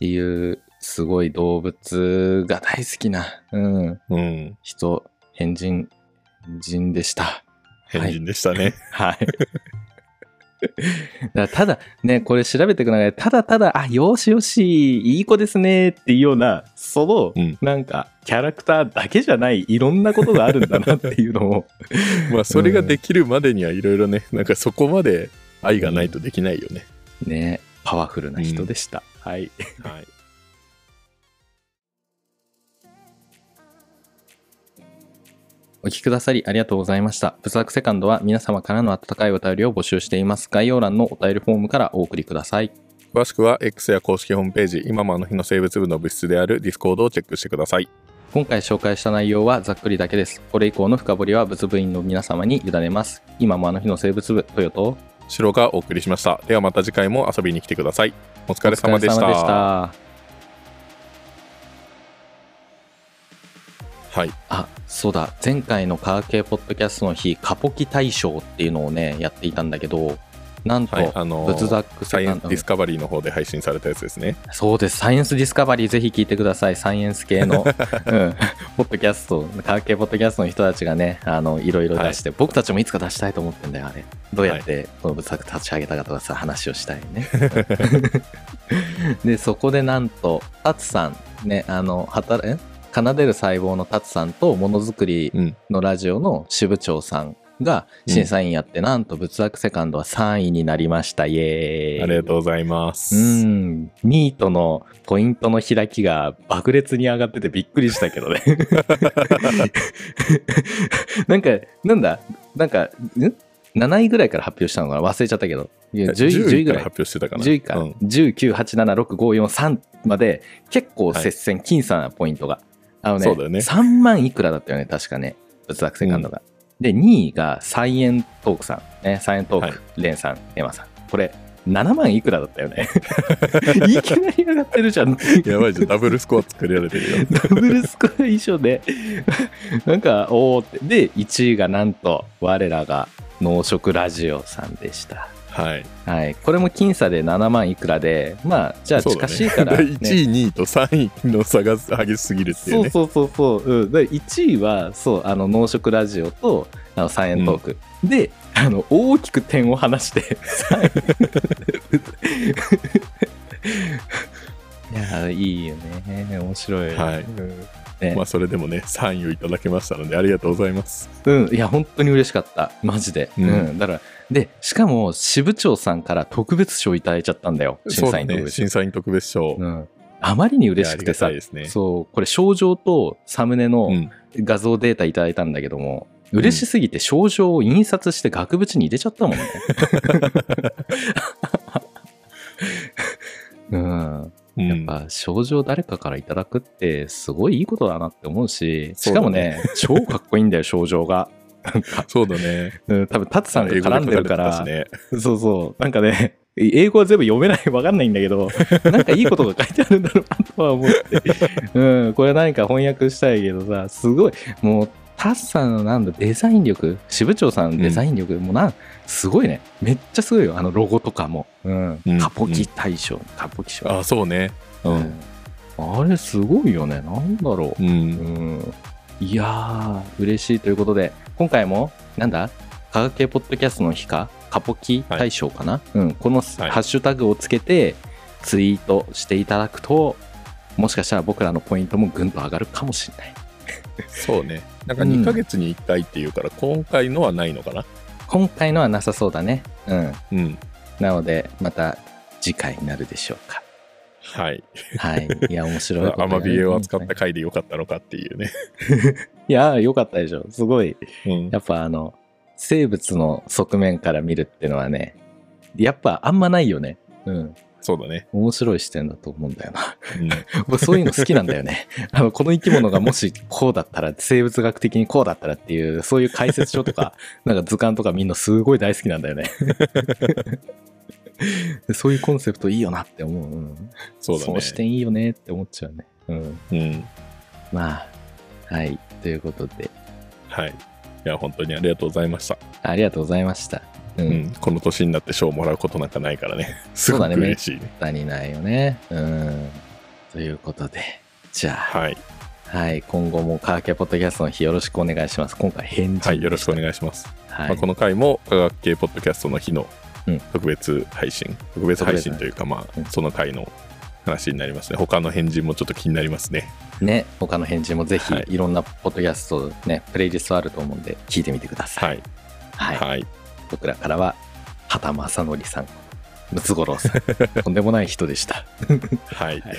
S2: ていう、すごい動物が大好きな、うん、
S3: うん
S2: 人、変人、変人でした。
S3: 変人でしたね、
S2: はい。 だからただね、これ調べていく中で、ただただ、あ、よしよし、いい子ですね、っていうような、その、
S3: うん
S2: なんか、キャラクターだけじゃない、いろんなことがあるんだなっていうのを、
S3: まあそれができるまでにはいろいろねなんかそこまで愛がないとできないよね、
S2: ね、パワフルな人でした。はい。
S3: はい
S2: お聞きくださりありがとうございました。仏作セカンドは皆様からの温かいお便りを募集しています。概要欄のお便りフォームからお送りください。
S3: 詳しくは X や公式ホームページ、今もあの日の生物部の物質であるディスコードをチェックしてください。
S2: 今回紹介した内容はざっくりだけです。これ以降の深掘りは仏部員の皆様に委ねます。今もあの日の生物部、トヨと
S3: 白がお送りしました。ではまた次回も遊びに来てください。お疲れ様でし
S2: お疲れ様
S3: た。はい。
S2: あそうだ前回の科学系ポッドキャストの日カポキ大賞っていうのをねやっていたんだけどなんと、
S3: はい。あの
S2: 仏
S3: ー、
S2: 作
S3: サ
S2: セ
S3: イエ
S2: カ
S3: ン
S2: ン
S3: スデ
S2: ド
S3: ィスカバリーの方で配信されたやつですね。
S2: そうですサイエンスディスカバリーぜひ聞いてくださいサイエンス系 の、うん、ポッドキャスト科学系ポッドキャストの人たちがねあのいろいろ出して、僕たちもいつか出したいと思ってんだよあれどうやってこの仏作立ち上げたかとかさ話をしたい ね でそこでなんとタツさんねあの働え奏でる細胞のタツさんとものづくり
S3: うん。
S2: のラジオの支部長さんが審査員やって、なんと仏作セカンドは3位になりましたイエーイ
S3: ありがとうございま
S2: う
S3: す。
S2: んニートのポイントの開きが爆裂に上がっててびっくりしたけどね なんかなんだなんかん7位ぐらいから発表したのかな忘れちゃったけどいや 10, 位10位ぐ
S3: からら
S2: い
S3: 発表してたかな。
S2: 10位から、
S3: うん
S2: 191787653まで結構接戦、僅差なポイントがあのね
S3: そうだよね
S2: 3万いくらだったよね確かね仏作セカンドが、で2位がサイエントークさん、ね、サイエントーク、
S3: はい
S2: レンさんエマさんこれ7万いくらだった よねいきなり上がってるじゃん
S3: やばいじゃん。ダブルスコア作られて るよ。
S2: ダブルスコア以上でなんかおおってで1位がなんと我らが農食ラジオさんでした
S3: はい。
S2: はい、これも僅差で7万いくらでまあじゃあ
S3: そうだ
S2: 近
S3: ね
S2: しい から、ね
S3: 1位、2位と3位の差が激しすぎるっていう
S2: そう
S3: ね。
S2: そうそうそう、うん、で1位はそうあの農食ラジオとあのサイエントーク、であの大きく点を離して サイエンいやーいいよね面白い、
S3: はい
S2: うんね
S3: まあそれでもね、3位をいただけましたので、ありがとうございます。
S2: うん、いや本当に嬉しかったマジで、う
S3: うんん
S2: だからでしかも支部長さんから特別賞いただいちゃったんだよ審
S3: そう
S2: 査
S3: だ
S2: 員特
S3: ね、
S2: 別賞
S3: 審査員特別賞。
S2: うん、あまりに
S3: いや
S2: 嬉しくてさ
S3: ありがたいですね。
S2: そうこれ症状とサムネの
S3: うん
S2: 画像データいただいたんだけども、嬉しすぎて症状を印刷して額縁に入れちゃ ったもんね。うん、
S3: うん
S2: やっぱ症状誰かからいただくってすごいいいことだなって思うししかもね超かっこいいんだよ症状が、
S3: そうだね。
S2: うん、多分タツさんが絡んでるから
S3: 英語で書かれてたしね
S2: そうそう。なんかね、英語は全部読めない、わかんないんだけ ど、なんかいいことが書いてあるんだろうなとは思って。うん、これ何か翻訳したいけどさ、すごい、もう、タッさんのなんだ、デザイン力、支部長さんのデザイン力、もうなん、すごいね。めっちゃすごいよ、あのロゴとかも。うん
S3: う。ん
S2: カポキ大賞、カポキ賞。
S3: あ、そうね。う。
S2: うんんあれすごいよね。なんだろう。
S3: う。
S2: うんん、いやー嬉しいということで今回もなんだ科学系ポッドキャストの日かカポキ大賞かな、うん、このハ
S3: い
S2: ッシュタグをつけてツイートしていただくともしかしたら僕らのポイントもぐんと上がるかもしれない
S3: そうね。なんか
S2: うん
S3: 2ヶ月に1回っていうから、今回のはないのかな。
S2: 今回のはなさそうだねうん
S3: うん。
S2: なのでまた次回になるでしょうか
S3: はい。
S2: はいいや面白いこと
S3: ア
S2: だね
S3: マビエを扱った回でよかったのかっていうね。
S2: いやーよかったでしょすごい
S3: うん
S2: やっぱあの、生物の側面から見るってのはね、やっぱあんまないよね。うん。
S3: そうだね。
S2: 面白い視点だと思うんだよな。
S3: うん
S2: 僕そういうの好きなんだよね。 あの、この生き物がもしこうだったら、生物学的にこうだったらっていう、そういう解説書とか、 なんか図鑑とかみんなすごい大好きなんだよね。 そういうコンセプトいいよなって思う。うん、
S3: そうだね。
S2: の視点いいよねって思っちゃうね。うん。
S3: うん。
S2: まあ、はい。ということで、
S3: はい。いや、本当にありがとうございました。
S2: ありがとうございました。う
S3: うんん。この年になって賞をもらうことなんかないからね。す
S2: そう
S3: ご
S2: だ
S3: く
S2: ね
S3: 嬉しいね。
S2: ったにないよね。うん。ということで、じゃあ、
S3: はい。
S2: はい、今後も科学系ポッドキャストの日よろしくお願いします。今回返事。
S3: はい。よろしくお願いします。
S2: は
S3: まあ、
S2: い
S3: こ。の回も科学系ポッドキャストの日の
S2: うん
S3: 特別配信、特別配信というか、ま
S2: うん
S3: あ、その回の話になりますね。他の返事もちょっと気になりますね。
S2: ね、他の返事もぜひ、
S3: はい
S2: い、ろんなポッドキャスト、ね、プレイリストあると思うんで、聞いてみてください。
S3: はい。
S2: はい。
S3: はい。
S2: 僕らからは、畑正則さん、 ムツゴロウさん、とんでもない人でした。
S3: はい。
S2: はい。